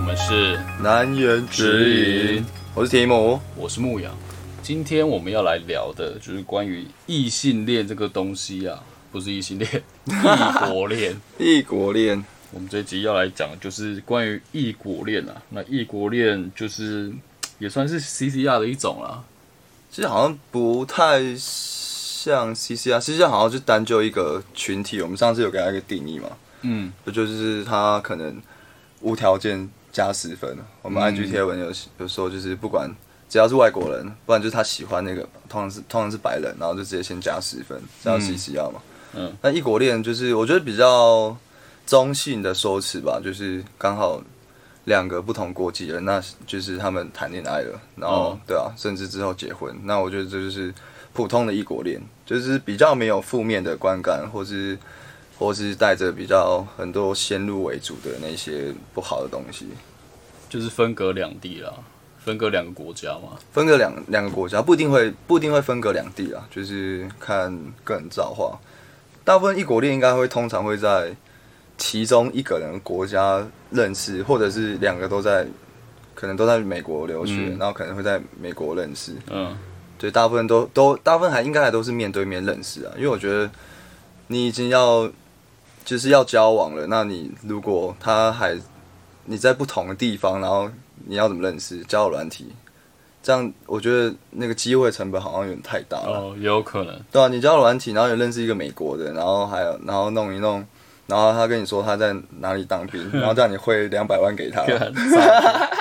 们是，南言指引，我是提姆。我是牧羊。今天我们要来聊的就是关于异性恋这个东西啊，不是异性 恋，异国恋。异国恋，我们这一集要来讲的就是关于异国恋啊。那异国恋就是嘖也算是 CCR 的一种啦。其实好像不太像 CCR，CCR 好像就单就一个群体。我们上次有给他一个定义嘛，嗯，这就是他可能无条件加十分。我们嗯 IG 贴文有有时候就是不管只要是外国人，不然就是他喜欢那个，通常是通常是白人，然后就直接先加十分，这样嗯 CCR 嘛。嗯，那异国恋就是我觉得比较中性的说辞吧，就是刚好两个不同国籍人，那就是他们谈恋爱了，然后、嗯对啊，甚至之后结婚。那我觉得这就是普通的异国恋，就是比较没有负面的观感，或是或是带着比较很多先入为主的那些不好的东西。就是分隔两地啦，分隔两个国家嘛。分隔两两个国家，不一定会不一定会分隔两地啊，就是看个人造化。大部分异国恋应该会通常会在其中一个人国家认识，或者是两个都在，可能都在美国留学，嗯然后可能会在美国认识。嗯，对，大部分都都大部分还应该还都是面对面认识啊，因为我觉得你已经要就是要交往了，那你如果他还你在不同的地方，然后你要怎么认识交友软体？这样我觉得那个机会成本好像有点太大了。哦，也有可能。对啊，你交友软体，然后你认识一个美国的，然后还有然后弄一弄，然后他跟你说他在哪里 当兵，然后叫你汇两百万给他，干傻逼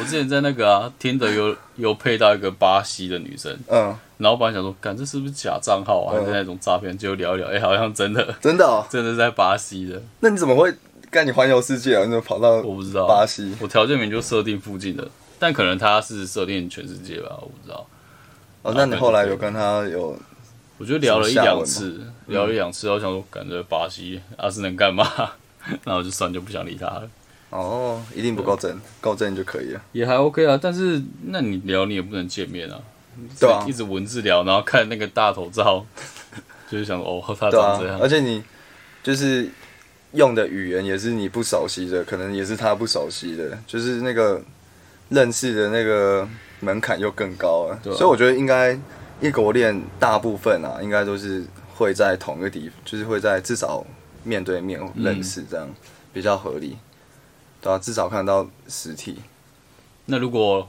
我之前在那个啊，听的有有配到一个巴西的女生，嗯，然后本来想说，干这是不是假账号啊，还是那种诈骗？结果聊一聊，哎、好像真的， 真的、哦？真的是在巴西的，那你怎么会干你环游世界啊？你怎么跑到我不知道。巴西？我条件名就设定附近的，但可能他是设定全世界吧，我不知道。哦，那你后来有跟他有我就聊了一什么下两文啊嗯吗次，聊了一两次，然后想说，感觉巴西啊是能干嘛？ 然后就算就不想理他了，哦，一定不够啊正，够正就可以了。也还 OK 啊。但是那你聊你也不能见面啊，对啊一，直文字聊，然后看那个大头照， 就是想说哦，他对长啊这样，，而且你就是用的语言也是你不熟悉的，可能也是他不熟悉的，就是那个认识的那个门槛又更高了。对啊所以我觉得应该异国恋大部分啊，应该都是会在同一个地，就是会在至少面对面认识，这样、嗯比较合理。对啊，至少看到实体。那如果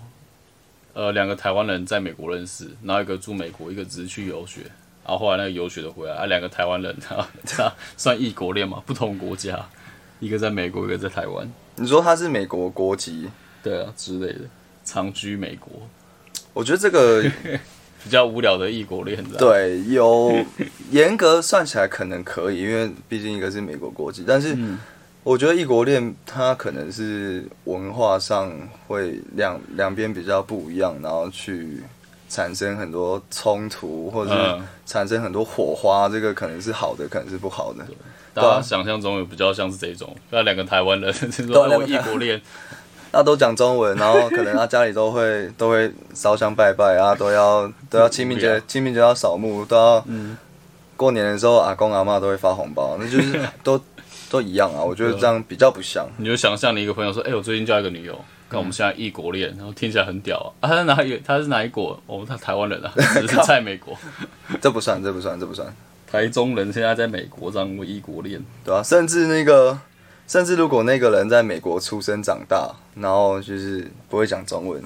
呃两个台湾人在美国认识，然后一个住美国，一个只是去游学，然后后来那个游学的回来，啊两个台湾人， 啊，这样算异国恋嘛？不同国家，一个在美国，一个在台湾，你说他是美国国籍，对啊之类的，长居美国，我觉得这个比较无聊的异国恋，这样，对， 有严格算起来可能可以，因为毕竟一个是美国国籍，但是嗯我觉得异国恋它可能是文化上会两两边比较不一样，然后去产生很多冲突，或者是嗯产生很多火花，这个可能是好的，可能是不好的。大啊家想象中有比较像是这种，那两个台湾人， 就是对说哎啊我两个异台国恋，那都讲中文，然后可能他家里都会 都会烧香拜拜啊，都要都要清明无节聊清明节要扫墓，都要、过年的时候阿公阿妈都会发红包，那就是都都一样啊。我觉得这样比较不像，你就想象你一个朋友说，哎、我最近交一个女友，嗯看我们现在异国恋，然后听起来很屌啊，啊他是哪一他是哪一国？哦，他台湾人 啊，只是在美国。这不算，这不算，这不算，台中人现在在美国当异国恋，对啊？甚至那个，甚至如果那个人在美国出生长大，然后就是不会讲中文，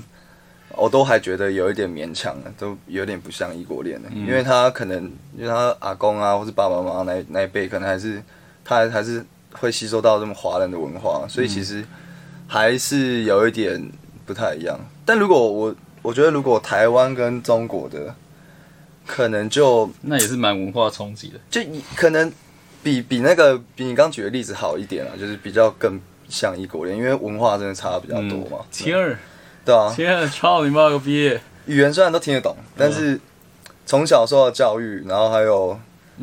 我都还觉得有一点勉强了，都有点不像异国恋了、因为他可能因为他阿公啊，或是爸爸妈妈那一那一辈，可能还是他还还是会吸收到这么华人的文化，所以其实还是有一点不太一样。但如果我我觉得，如果台湾跟中国的，可能就那也是蛮文化冲击的。就你可能比比那个比你刚举的例子好一点啊，就是比较更像异国恋，因为文化真的差比较多嘛。天儿，对啊，天儿，操你妈个逼！语言虽然都听得懂，但是从小受到教育，然后还有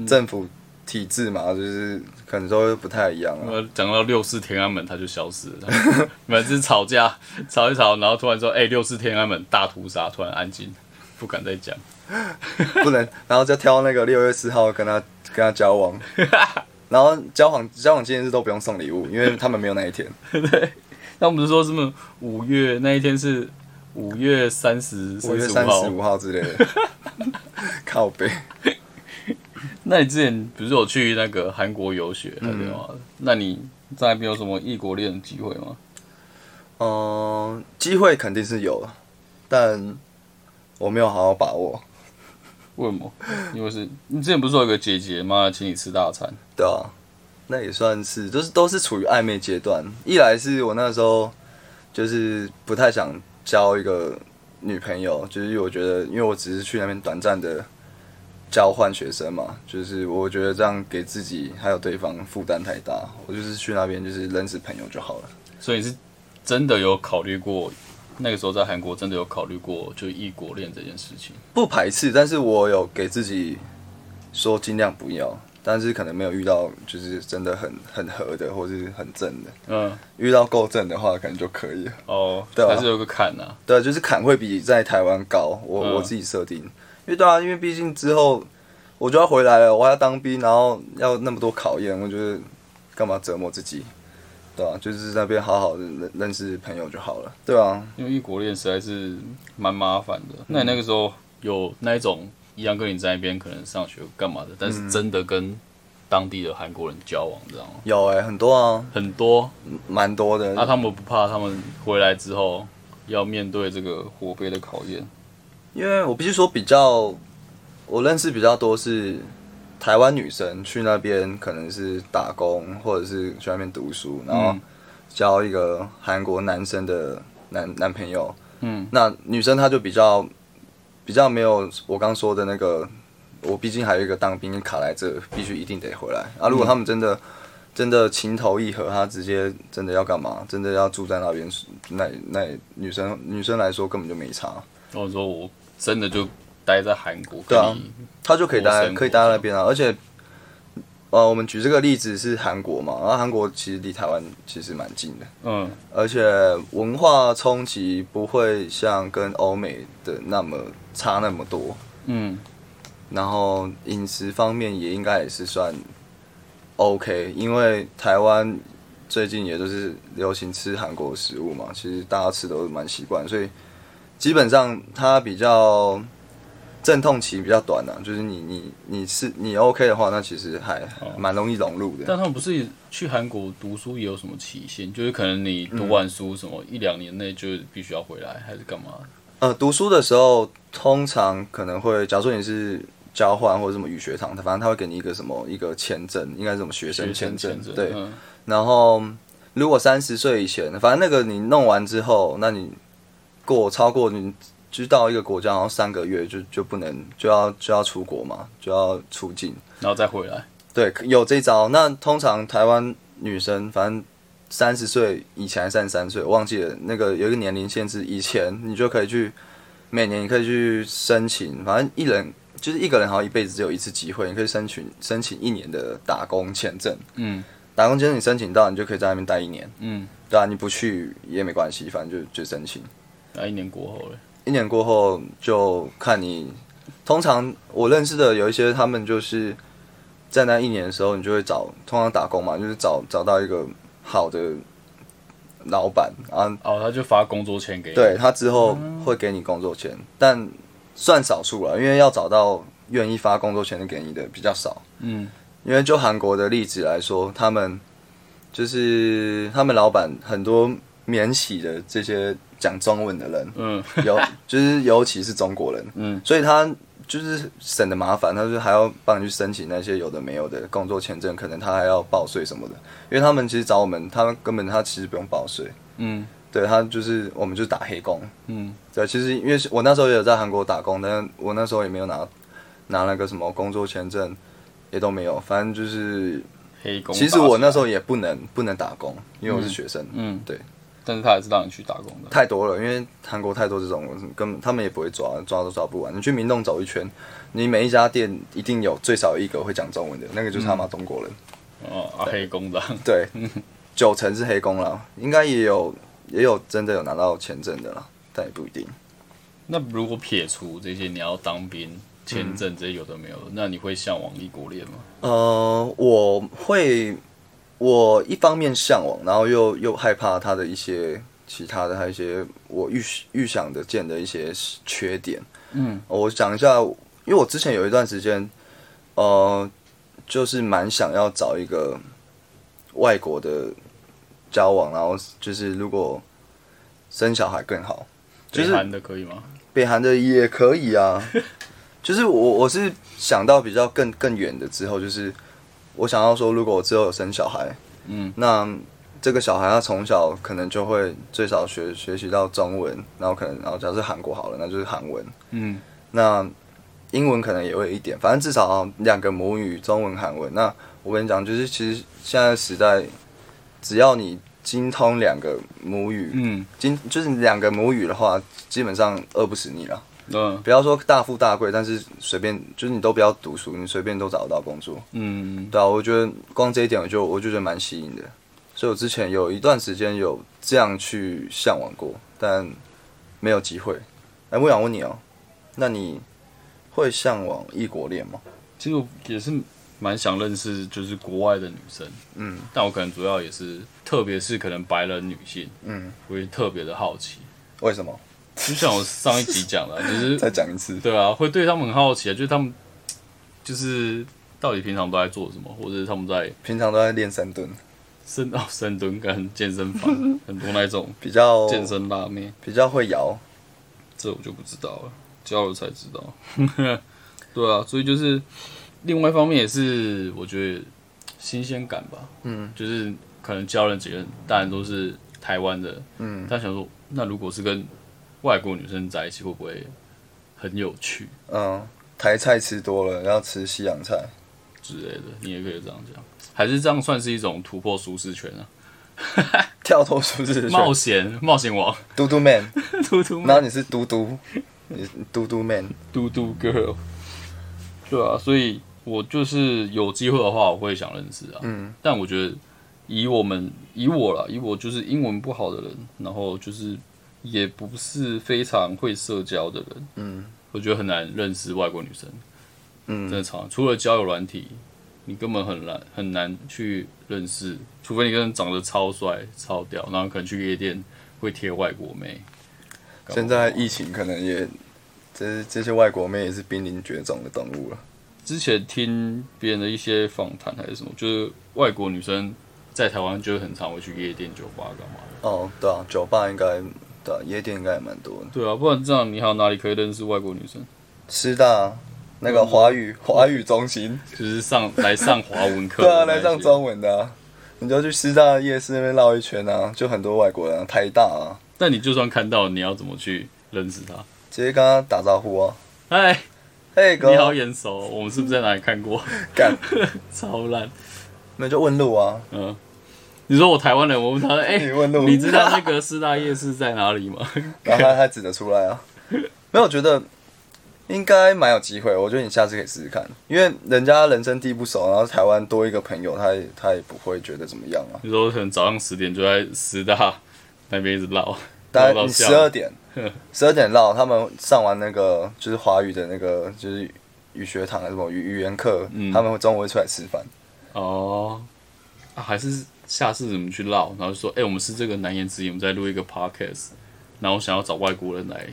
政府体制嘛，就是可能都会不太一样啊。我讲到六四天安门，他就消失了。 每次吵架吵一吵，然后突然说，哎、六四天安门大屠杀，突然安静，不敢再讲。不能，然后再挑那个六月四号跟他跟他交 往，然后交往交往纪念日都不用送礼物，因为他们没有那一天。他们不是说什么五月那一天是五月三十、 五月十三号十？五号之类 的，靠背。那你之前不是有去那个韩国游学还是吗？那你在那边有什么异国恋的机会吗？嗯，机会肯定是有，但我没有好好把握。为什么？因为是你之前不是说有个姐姐嘛，请你吃大餐，对啊，那也算是，就是都是处于暧昧阶段。一来是我那个时候就是不太想交一个女朋友，就是因为我觉得，因为我只是去那边短暂的交换学生嘛，就是我觉得这样给自己还有对方负担太大，我就是去那边就是认识朋友就好了。所以你是真的有考虑过那个时候在韩国真的有考虑过就异国恋这件事情？不排斥，但是我有给自己说尽量不要，但是可能没有遇到就是真的很很合的，或是很正的。嗯，遇到够正的话，可能就可以了。哦，对啊还是有个坎呐、啊。对，就是坎会比在台湾高，我、嗯我自己设定，因为对啊，因为毕竟之后我就要回来了，我还要当兵，然后要那么多考验，我觉得干嘛折磨自己？对啊，就是在那边好好的认认识朋友就好了，对啊，因为异国恋实在是蛮麻烦的。那你那个时候有那一种一样跟你在那边可能上学干嘛的，但嗯是真的跟当地的韩国人交往，这样吗？有哎、很多啊，很多。蛮多的。那、他们不怕他们回来之后要面对这个火杯的考验？因为我必须说比较，我认识比较多是台湾女生去那边可能是打工，或者是去那边读书，然后嗯交一个韩国男生的男男朋友。嗯，那女生她就比较比较没有我刚说的那个，我毕竟还有一个当兵卡来这，必须一定得回来啊。嗯如果他们真的、真的情投意合，他直接真的要干嘛？真的要住在那边，那那女生女生来说根本就没差。然后说我真的就待在韩国，对啊跟你他就可以国待生可以待在那边啊。而且，呃，我们举这个例子是韩国嘛，然后韩国其实离台湾其实蛮近的，嗯，而且文化冲击不会像跟欧美的那么差那么多。嗯，然后饮食方面也应该也是算 OK，因为台湾最近也就是流行吃韩国食物嘛，其实大家吃都蛮习惯，所以基本上它比较阵痛期比较短的、就是你你你是你 OK 的话，那其实还蛮容易融入的。但他们不是去韩国读书也有什么期限？就是可能你读完书什嗯么、一两年内就必须要回来，还是干嘛？呃，读书的时候通常可能会，假如说你是交换或者什么语学堂，反正他会给你一个什么一个签证，应该是什么学生学签生证签，证，对，嗯然后如果三十岁以前，反正那个你弄完之后，那你过超过你就到一个国家，然后三个月就就不能就要就要出国嘛，就要出境。然后再回来。对，有这招。那通常台湾女生，反正三十岁以前还三十三岁，我忘记了那个有一个年龄限制，以前你就可以去每年你可以去申请，反正一人就是一个人好像一辈子只有一次机会，你可以申请申请一年的打工签证。嗯打工签证你申请到，你就可以在那边待一年。嗯，对啊，你不去也没关系，反正就就申请。那一年过后嘞，一年过后就看你，通常我认识的有一些，他们就是在那一年的时候，你就会找，通常打工嘛，就是找找到一个好的老板啊，哦，他就发工作签给你。对他之后会给你工作签，但算少数了，因为要找到愿意发工作签的给你的比较少。嗯，因为就韩国的例子来说，他们就是他们老板很多免洗的这些讲中文的人，嗯， 尤就是尤其是中国人，嗯，所以他就是省得麻烦，他就是还要帮你去申请那些有的没有的工作签证，可能他还要报税什么的，因为他们其实找我们，他们根本他其实不用报税，嗯对他就是我们就是打黑工，嗯对，其实因为是我那时候也有在韩国打工，但是我那时候也没有拿拿那个什么工作签证，也都没有，反正就是，黑工。其实我那时候，也不能不能打工，因为我是学生，嗯，对，但是他还是让你去打工的。太多了，因为韩国太多这种，根本他们也不会抓，抓都抓不完。你去明洞走一圈，你每一家店一定有最少一个会讲中文的，那个就是他妈中国人，哦，啊，黑工的。 对，九成是黑工啦，应该也有也有真的有拿到签证的啦，但也不一定。那如果撇除这些，你要当兵、签证这些有的没有的，那你会向往异国恋吗？呃，我会我一方面向往，然后又又害怕他的一些其他的，还有一些我预预想得见的一些缺点。呃嗯，我讲一下，因为我之前有一段时间，呃，就是蛮想要找一个外国的交往，然后就是如果生小孩更好，就北是韩的可以吗？北韩的也可以啊。 就是我我是想到比较更更远的之后，就是我想要说，如果我之后有生小孩，嗯，那这个小孩他从小可能就会最少学学习到中文，然后可能然后假如是韩国好了，那就是韩文，嗯，那英文可能也会一点，反正至少啊两个母语，中文、韩文。那我跟你讲，就是其实现在时代，只要你精通两个母语，嗯精就是两个母语的话，基本上饿不死你了。嗯不要说大富大贵，但是随便就是你都不要读书，你随便都找得到工作。嗯，对啊，我觉得光这一点我就我就觉得蛮吸引的，所以我之前有一段时间有这样去向往过，但没有机会。哎、我想问你哦、那你会向往异国恋吗？其实我也是蛮想认识就是国外的女生，嗯，但我可能主要也是，特别是可能白人女性，嗯，我也特别的好奇。为什么？就像我上一集讲 的，就是再讲一次。对啊，会对他们很好奇啊，就是他们就是到底平常都在做什么，或者是他们在平常都在练深蹲，深到深蹲跟健身 房很多那种比较健身辣妹，比较会摇。这我就不知道了，交流才知道。 对啊，所以就是另外一方面也是我觉得新鲜感吧，嗯，就是可能教人几个当然都是台湾的，嗯，但想说那如果是跟外国女生在一起，会不会很有趣嗯，台菜吃多了，要吃西洋菜。之类的？你也可以这样讲，还是这样算是一种突破舒适圈啊？跳脱舒适冒圈，险冒险王，嘟嘟 man，嘟嘟然后你是嘟嘟，你是嘟嘟 man，嘟嘟 girl，对啊，所以我就是有机会的话，我会想认识啊。嗯，但我觉得以我们以我啦，以我就是英文不好的人，然后就是也不是非常会社交的人，嗯，我觉得很难认识外国女生，真嗯的超难除了交友软体，你根本很难很难去认识，除非你跟人长得超帅超屌，然后可能去夜店会贴外国妹。干嘛啊现在疫情可能也，这这些外国妹也是濒临绝种的动物了。之前听别人的一些访谈还是什么，就是外国女生在台湾就很常会去夜店、酒吧干嘛的。哦，对啊，酒吧应该，对、啊，夜店应该也蛮多的。对啊，不然这样你还有哪里可以认识外国女生？师大那个华语华语中心， 就是上来上华文课对啊，的那来些，上中文的、啊，你就去师大夜市那边绕一圈啊，就很多外国人、啊，台大啊，但你就算看到，你要怎么去认识她？直接跟他打招呼啊，哎，嘿哥你，好眼熟，我们是不是在哪里看过？ 干，超烂。那就问路啊，嗯，你说我台湾人，我问他，哎、 你问路 你知道那个四大夜市在哪里 吗？然后他他指得出来 啊。没有，我觉得应该蛮有机会。我觉得你下次可以试试看，因为人家人生地不熟，然后台湾多一个朋友，他也他也不会觉得怎么 样啊。你说可能早上十点就在师大那边一直绕，大绕概到你下十午二 点，十二点到，他们上完那个就是华语的那个就是语学堂还是什么语语言课，嗯他们会中午会出来吃饭。哦、啊还是下次怎么去唠？然后就说，哎、我们是这个难言之隐，我们在录一个 podcast，然后我想要找外国人来，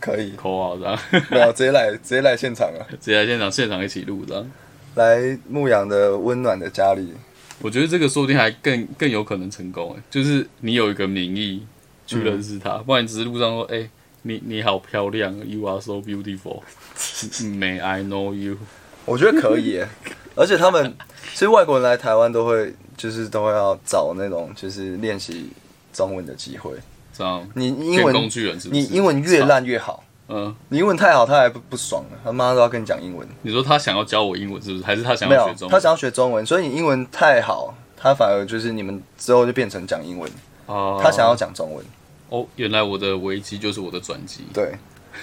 可以 call out，这样 没有直接来 直接来现场啊，直接来现场现场一起录这样。来牧羊的温暖的家里，我觉得这个说不定还更更有可能成功，哎，就是你有一个名义去认识嗯他，不然你只是路上说，哎、你你好漂亮，You are so beautiful 。May I know you？我觉得可以耶。 而且他们其实外国人来台湾都会就是都会要找那种就是练习中文的机会。这样你你英变工文具人是不是？你英文越烂越好，嗯，你英文太好他还不不爽了，他妈都要跟你讲英文。你说他想要教我英文是不是？还是他想没要有学中，文？他想要学中文，所以你英文太好，他反而就是你们之后就变成讲英文，哦他想要讲中文，哦，原来我的危机就是我的转机。对，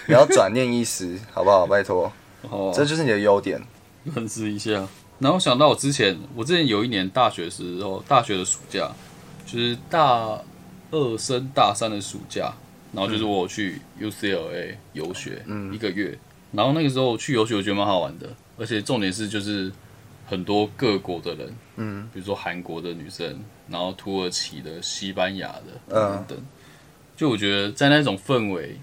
你要转念意识， 好不好？拜托，哦，这就是你的优点。认识一下。然后想到我之前，我之前有一年大学时候，大学的暑假，就是大二升大三的暑假，然后就是我有去 UCLA 游学，一个月。然后那个时候去游学，我觉得蛮好玩的，而且重点是就是很多各国的人，嗯，比如说韩国的女生，然后土耳其的、西班牙的等等，就我觉得在那种氛围，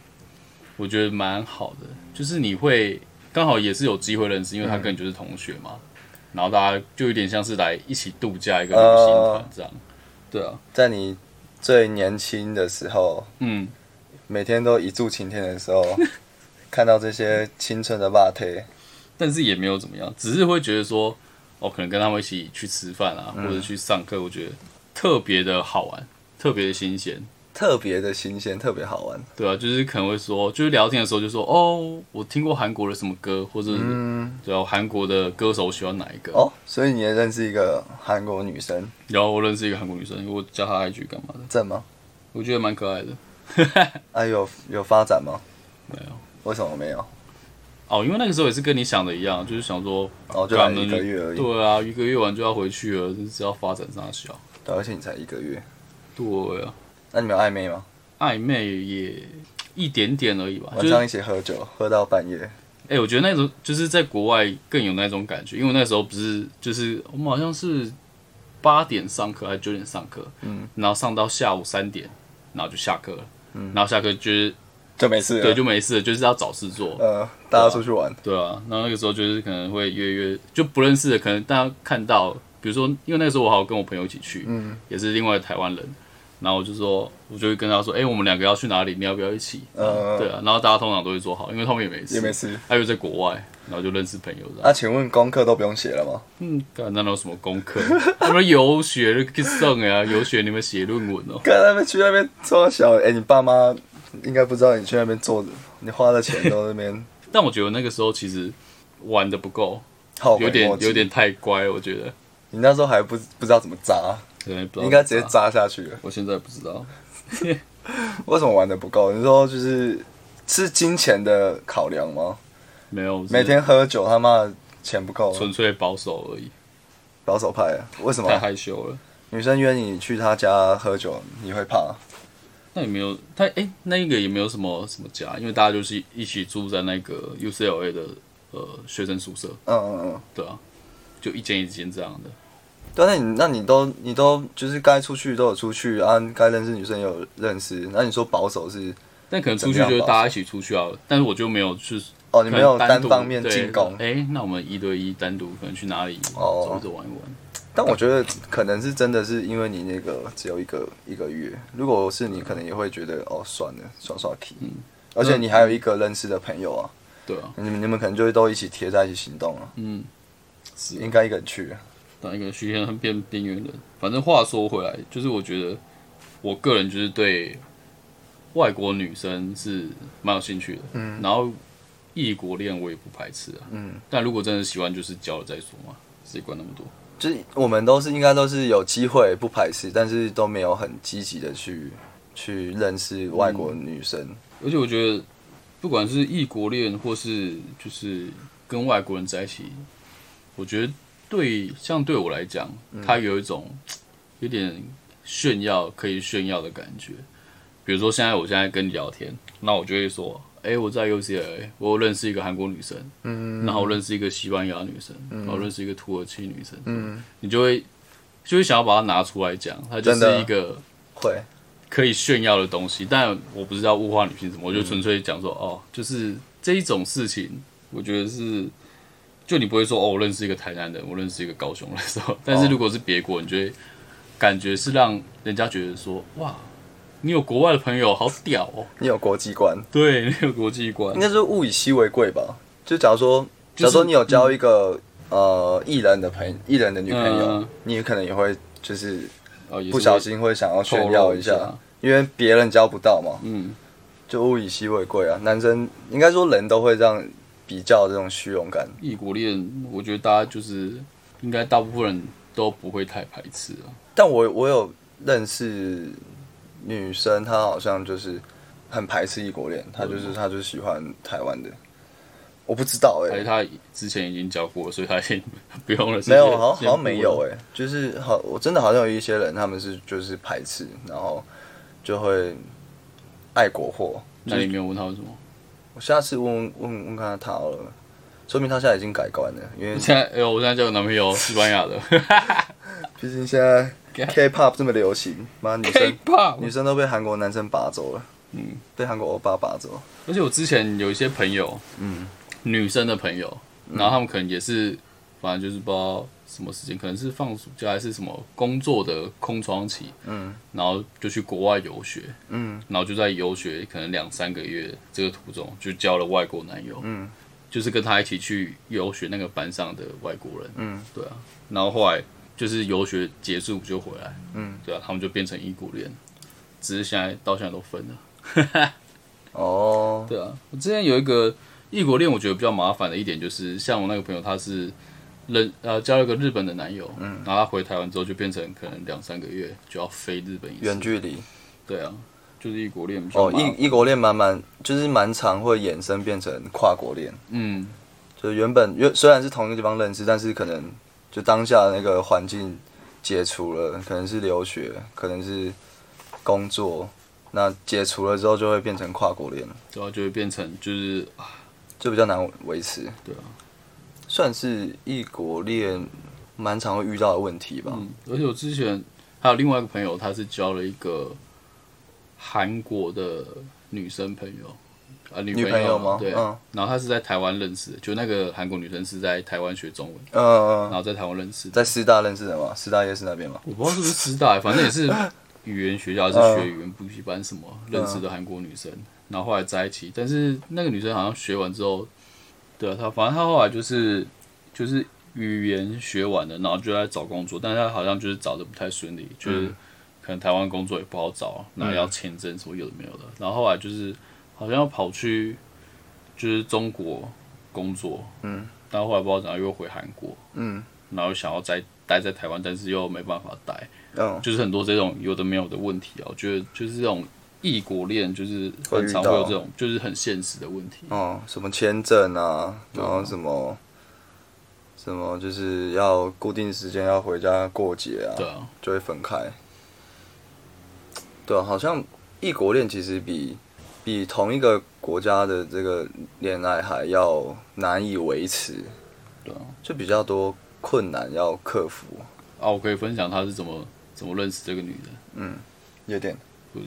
我觉得蛮好的，就是你会刚好也是有机会认识，因为他跟你就是同学嘛，然后大家就有点像是来一起度假一个旅行团这样，对啊，在你最年轻的时候，嗯，每天都一柱擎天的时 候，看到这些青春的霸腿，但是也没有怎么样，只是会觉得说，哦，可能跟他们一起去吃饭啊，或者去上课，我觉得特别的好玩，特别的新鲜。特别的新鲜，特别好玩。对啊，就是可能会说，就是聊天的时候就说，哦，我听过韩国的什么歌，或者是、对啊，韩国的歌手我喜欢哪一个。哦，所以你也认识一个韩国女生，然后我认识一个韩国女生，我加她 IG 干嘛的，正吗？我觉得蛮可爱的。啊，有有发展吗？没有为什么没有？哦，因为那个时候也是跟你想的一样，就是想说，哦，就来干一个月而已，啊对啊，一个月完就要回去了，只要发展上小。对，啊而且你才一个月，对啊，那你们有暧昧吗？暧昧也一点点而已吧，就晚是上一起喝酒，喝到半夜，哎、我觉得那种就是在国外更有那种感觉，因为我那时候不是就是我们好像是八点上课还是九点上课，嗯，然后上到下午三点，然后就下课了，嗯，然后下课就是就没事了。对就没事了，就是要找事做，呃，大家出去玩，对啊，然后那个时候就是可能会约约就不认识的，可能大家看到，比如说因为那个时候我好像跟我朋友一起去，嗯，也是另外的台湾人，然后我就说我就会跟他说，哎、我们两个要去哪里，你要不要一起？呃，对啊，然后大家通常都会说好，因为他们也没事，也没事。啊还有在国外，然后就认识朋友这样。那请问功课都不用写了吗？嗯，干那有什么功课？他们游学去上呀，游学你们写论文哦、看他们去那边做小，哎、你爸妈应该不知道你去那边做，你花的钱都在 那边，但我觉得那个时候其实玩的不够，好有点有，点太乖，我觉得。你那时候还不不知道怎么扎，对，不知道应该直接怎么打。扎下去了。我现在不知道，为什么玩的不够？你说就是是金钱的考量吗？没有，每天喝酒他妈的钱不够，纯粹保守而已，保守派啊？为什么太 害羞了。女生约你去她家喝酒，你会怕？那也没有，他哎、那个也没有什么什么家，因为大家就是一起住在那个 UCLA 的呃学生宿舍，嗯嗯嗯，对啊，就一间一间这样的。对，啊那你那你都你都就是该出去都有出去啊，该认识女生也有认识。那你说保守是但可能出去就是大家一起出去啊，但是我就没有去，哦，你没可能有单单独方面进攻，对哎、那我们一对一单独可能去哪里哦走一走玩一玩，但我觉得可能是真的是因为你那个只有一个一个月，如果是你，可能也会觉得哦算了，耍耍 K。而且你还有一个认识的朋友啊，嗯对啊，你们你们可能就会都一起贴在一起行动了、嗯，是啊应该一个人去。当一个徐先生变边缘人。反正话说回来，就是我觉得我个人就是对外国女生是蛮有兴趣的，嗯，然后异国恋我也不排斥啊，嗯，但如果真的喜欢，就是交了再说嘛，谁管那么多？就是我们都是应该都是有机会不排斥，但是都没有很积极的去去认识外国女生。而且我觉得，不管是异国恋，或是就是跟外国人在一起，我觉得对，像对我来讲，它有一种嘖有点炫耀可以炫耀的感觉。比如说，现在我现在跟你聊天，那我就会说，哎、我在 UCLA，我有认识一个韩国女生，嗯，然后认识一个西班牙女生，然后认识一个土耳其女生，嗯，你就会就会想要把它拿出来讲，它就真是的一个。会，可以炫耀的东西，但我不知道物化女性什么，嗯我就纯粹讲说、哦，就是这一种事情，我觉得是，就你不会说哦，我认识一个台南人，我认识一个高雄人，是吧？ 但哦是如果是别国，你就会感觉是让人家觉得说哇，你有国外的朋友，好屌哦， 你有国际观，对，你有国际观应，该是物以稀为贵吧？就假如说，就是假如说你有交一个、呃艺人的朋艺人的女朋友，嗯你可能也会就是哦，也是不小心会想要透露炫耀一一下，因为别人交不到嘛，嗯，就物以稀为贵啊。男生应该说人都会这样比较这种虚荣感，异国恋，我觉得大家就是应该大部分人都不会太排斥啊，但我我有认识女生，她好像就是很排斥异国恋，她嗯就是她就是喜欢台湾的，我不知道哎、而且他之前已经教过了，所以他已经 不用了，没有，好像好像没哎。有哎、就是好，我真的好像有一些人，他们是就是排斥，然后就会爱国货。那你没有问他为什么？我下次问问问看他好了，说明他现在已经改观了，因为现在，哎、呦，我现在交个男朋友西班牙的毕竟现 在 K-pop 这么流行，妈女生 K-pop，女生都被韩国男生拔走了，嗯，被韩国欧巴拔走，而且我之前有一些朋友，嗯，女生的朋友，然后他们可能也是，反正就是不知道什么时间，可能是放暑假还是什么工作的空窗期，嗯然后就去国外游学，嗯然后就在游学可能两三个月这个途中就交了外国男友，嗯，就是跟他一起去游学那个班上的外国人，嗯，对啊，然后后来就是游学结束就回来，嗯，对啊，他们就变成异国恋，只是现在到现在都分了，哦，对啊，我之前有一个异国恋，我觉得比较麻烦的一点就是，像我那个朋友他是。认呃交了个日本的男友，嗯，然后他回台湾之后就变成可能两三个月就要飞日本一次，远距离对啊，就是异国恋比较哦，麻烦异异国恋蛮蛮就是蛮常会衍生变成跨国恋，嗯，就是原本原虽然是同一个地方认识，但是可能就当下那个环境解除了，可能是留学，可能是工作，那解除了之后就会变成跨国恋了，对啊，就会变成就是就比较难维持。对啊，算是异国恋蛮常会遇到的问题吧。嗯，而且我之前还有另外一个朋友，他是交了一个韩国的女生朋友，啊，女女朋朋友吗对，嗯然后他是在台湾认识的，就那个韩国女生是在台湾学中文，嗯嗯然嗯，后在台湾认识的，在师大认识的嘛，师大夜市那边嘛。我不知道是不是师大，反正也是语言学校，还是学语言补习班什么认识的韩国女生，然后后来在一起，但是那个女生好像学完之后，对啊，她反正她后来就是就是语言学完了，然后就在找工作，但是她好像就是找的不太顺利，就是嗯可能台湾工作也不好找，然后要签证什么有的没有的，然后后来就是好像要跑去就是中国工作，嗯，但后来不知道怎样又回韩国，嗯然后想要再待在台湾，但是又没办法待。嗯，就是很多这种有的没有的问题啊，我觉得就是这种异国恋，就是很常会遇会到有这种就是很现实的问题。哦，什么签证啊，然后什么什么就是要固定时间要回家过节啊，对啊，就会分开。对啊，好像异国恋其实比比同一个国家的这个恋爱还要难以维持，对啊。就比较多困难要克服，啊，我可以分享他是怎么怎么认识这个女的，有点就是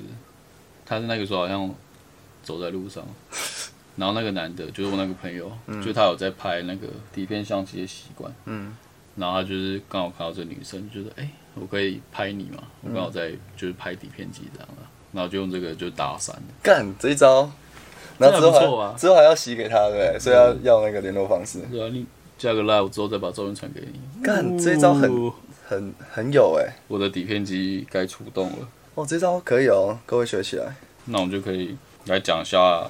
他是那个时候好像走在路上，然后那个男的，就是我那个朋友，就他有在拍那个底片相机的习惯，嗯然后他就是刚好看到这个女生，就觉得哎、诶我可以拍你嘛，我嗯刚好在就是拍底片机这样的，然后就用这个就搭讪了。干这一招，然后之这后还不错啊嗯还之后还要洗给他，对不对，所以要要那个联络方式，对啊，你加个 live 之后再把照片传给你。干这一招很哦很很有哎、我的底片机该出动了，哦，这招可以哦，各位学起来。那我们就可以来讲一下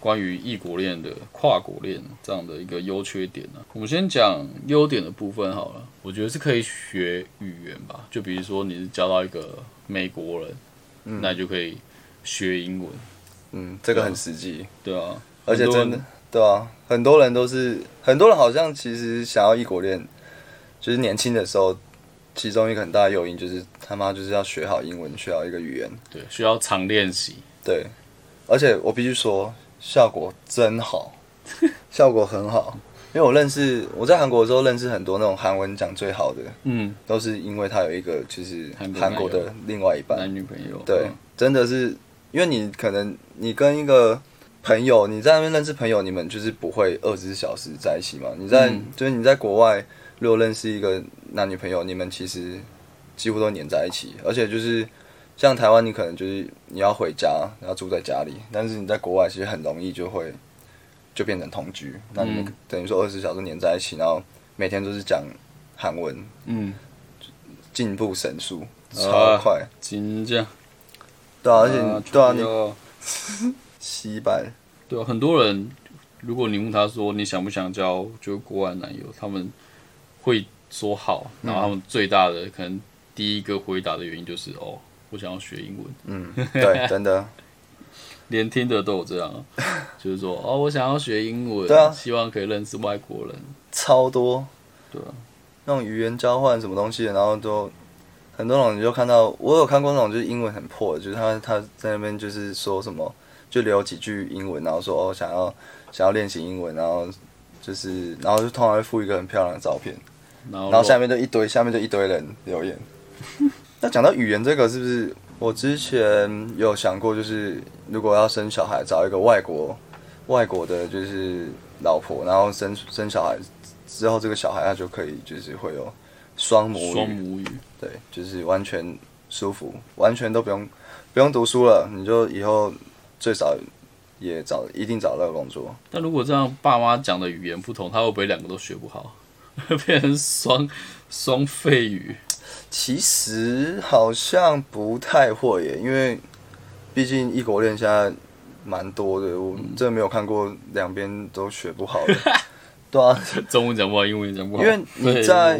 关于异国恋的跨国恋这样的一个优缺点呢、我们先讲优点的部分好了，我觉得是可以学语言吧，就比如说你是交到一个美国人，那你就可以学英文，嗯，这个很实际，对啊，而且很多人真的，对啊，很多人都是，很多人好像其实想要异国恋，就是年轻的时候，其中一个很大的诱因就是他妈就是要学好英文，学好一个语言，对需要常练习，对，而且我必须说，效果真 好，效果很好，因为我认识我在韩国的时候认识很多那种韩文讲最好的，嗯，都是因为他有一个就是韩国韩国男友的另外一半，男女朋友，对，真的是，因为你可能你跟一个朋友，你在那边认识朋友，你们就是不会二十四小时在一起嘛。你在、嗯就是你在国外，如果认识一个男女朋友，你们其实几乎都黏在一起，而且就是像台湾，你可能就是你要回家，然后住在家里，但是你在国外其实很容易就会就变成同居，那你们嗯等于说二十四小时黏在一起，然后每天都是讲韩文，嗯，进步神速，超啊快。金这样，对啊，而且你、啊对啊，出你去哦西班对啊，很多人，如果你问他说你想不想交就是国外男友，他们会说好，嗯然后他们最大的、可能第一个回答的原因就是哦，我想要学英文，嗯，对，真的，连听的都有这样啊， 就是说哦，我想要学英文，对啊希望可以认识外国人，超多对啊，那种语言交换什么东西的，然后都很多那种，你就看到我有看过那种就是英文很破的，就是他他在那边就是说什么，就留几句英文，然后说哦想要想要练习英文，然后就是然后就通常会附一个很漂亮的照片，然后然后下面就一堆，下面就一堆人留言。那讲到语言这个，是不是我之前有想过，就是如果要生小孩，找一个外国外国的，就是老婆，然后生生小孩之后，这个小孩他就可以就是会有双母双语，母语，对，就是完全舒服，完全都不用不用读书了，你就以后最少也找一定找得到工作。但如果这样，爸妈讲的语言不同，他会不会两个都学不好， 变成双双废语？ 其实好像不太会耶，因为毕竟异国恋现在蛮多的，我真的没有看过两边都学不好的。对啊，中文讲不好，英文也讲不好，因为你对在，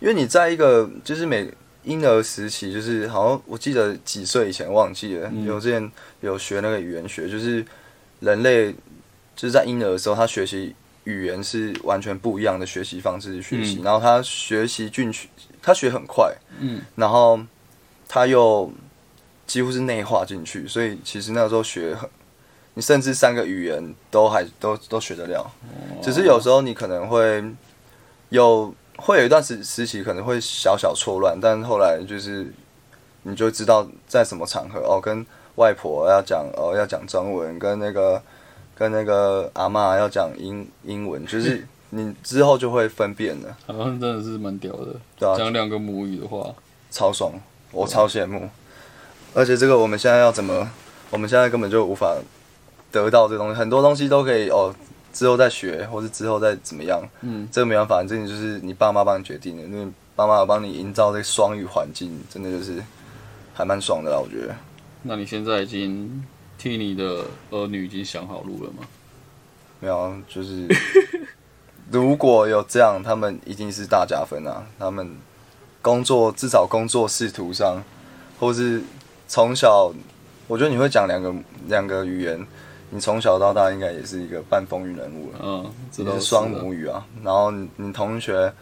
因为你在一个就是每婴儿时期，就是好像我记得几岁以前忘记了，嗯有之前有学那个语言学，就是人类就是在婴儿的时候，他学习语言是完全不一样的学习方式去学习，嗯然后他学习进去，他学很快，嗯，然后他又几乎是内化进去，所以其实那个时候学很。你甚至三个语言都还都都学得了，哦只是有时候你可能会有会有一段时时期可能会小小错乱，但后来就是你就知道在什么场合哦，跟外婆要讲哦要讲中文，跟那个跟那个阿嬷要讲英英文，就是你之后就会分辨了，台湾真的是蛮屌的。对啊，讲两个母语的话，超爽，我超羡慕。而且这个我们现在要怎么？我们现在根本就无法得到这东西，很多东西都可以哦，之后再学，或是之后再怎么样。嗯，这个没办法，这个就是你爸妈帮你决定的，因为爸妈有帮你营造这个双语环境，真的就是还蛮爽的啦，我觉得。那你现在已经替你的儿女已经想好路了吗？没有啊，就是 如果有这样，他们一定是大加分啊！他们工作至少工作仕途上，或是从小，我觉得你会讲两个两个语言，你从小到大应该也是一个半风云人物了。嗯，知你道是双母语，语啊，然后你你同学，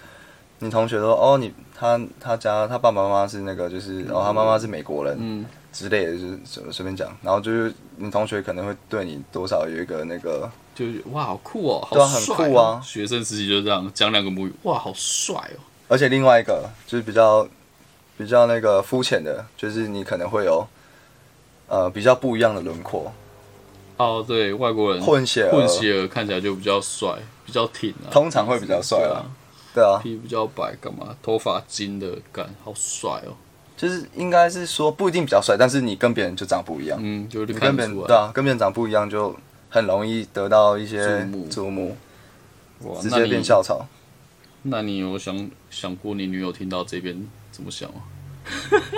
你同学说哦，你他他家他爸爸妈妈是那个就是，然、哦、后他妈妈是美国人，嗯，之类的，就是随随便讲，然后就是你同学可能会对你多少有一个那个就是哇，好酷哦，对啊好帅哦很酷啊学生时期就这样讲两个母语，哇，好帅哦。而且另外一个就是比较比较那个肤浅的，就是你可能会有呃比较不一样的轮廓，哦，对，外国人混血儿混血儿看起来就比较帅，比较挺啊，通常会比较帅对啦啊，。对啊，皮比较白，干嘛？头发金的，干好帅哦。就是应该是说不一定比较帅，但是你跟别人就长不一样，嗯，就是你看得跟别人出对来。啊，跟别人长不一样就很容易得到一些注目注目，哇，直哦那接你变校草。那你有想想过你女友听到这边怎么想吗？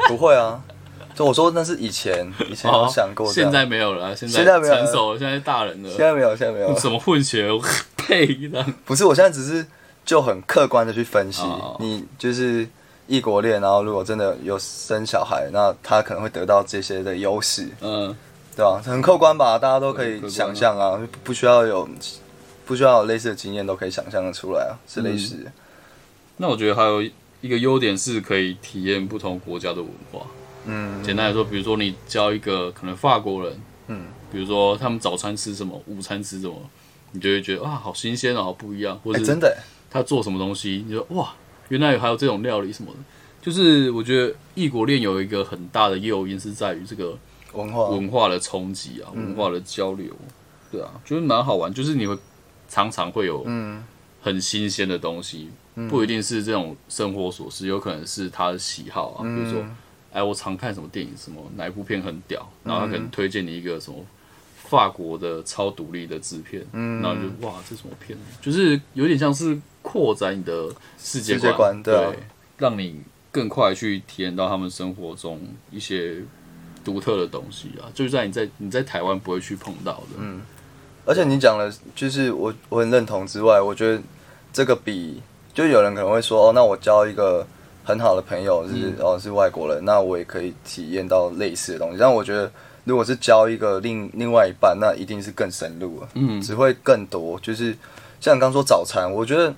不会啊，就我说那是以前以前有想过哦这现样，在没有了啊，现现在没有了成熟了，现在大人现了。在没有，现在没有，什么混血儿配 的？不是，我现在只是就很客观的去分析，哦你就是异国恋，然后如果真的有生小孩，那他可能会得到这些的优势，嗯，对吧、很客观吧，大家都可很客以观啊想象啊，不不需要有不需要有类似的经验都可以想象的出来啊，是嗯类似的。那我觉得还有一个优点是可以体验不同国家的文化。嗯简单来说，比如说你教一个可能法国人，嗯，比如说他们早餐吃什么，午餐吃什么，你就会觉得啊，好新鲜哦，好不一样，或哎、者真的欸、他做什么东西，你就哇，原来还有这种料理什么的。就是我觉得异国恋有一个很大的诱因是在于这个文化文化的冲击啊，文化的交流，对啊，觉得蛮好玩。就是你会常常会有嗯很新鲜的东西，不一定是这种生活琐事，有可能是他的喜好嗯啊，比如说，哎，我常看什么电影，什么哪一部片很屌，嗯然后他可能推荐你一个什么法国的超独立的制片，嗯然后你就哇，这什么片？啊就是有点像是扩展你的世界世界观对对啊，让你更快去体验到他们生活中一些独特的东西啊，就是在你在你在台湾不会去碰到的，嗯，而且你讲的，就是我我很认同之外，我觉得这个比就有人可能会说，哦，那我交一个很好的朋友嗯是、哦是外国人，那我也可以体验到类似的东西。但我觉得如果是交一个另另外一半，那一定是更深入了，嗯只会更多。就是像你刚说早餐，我觉得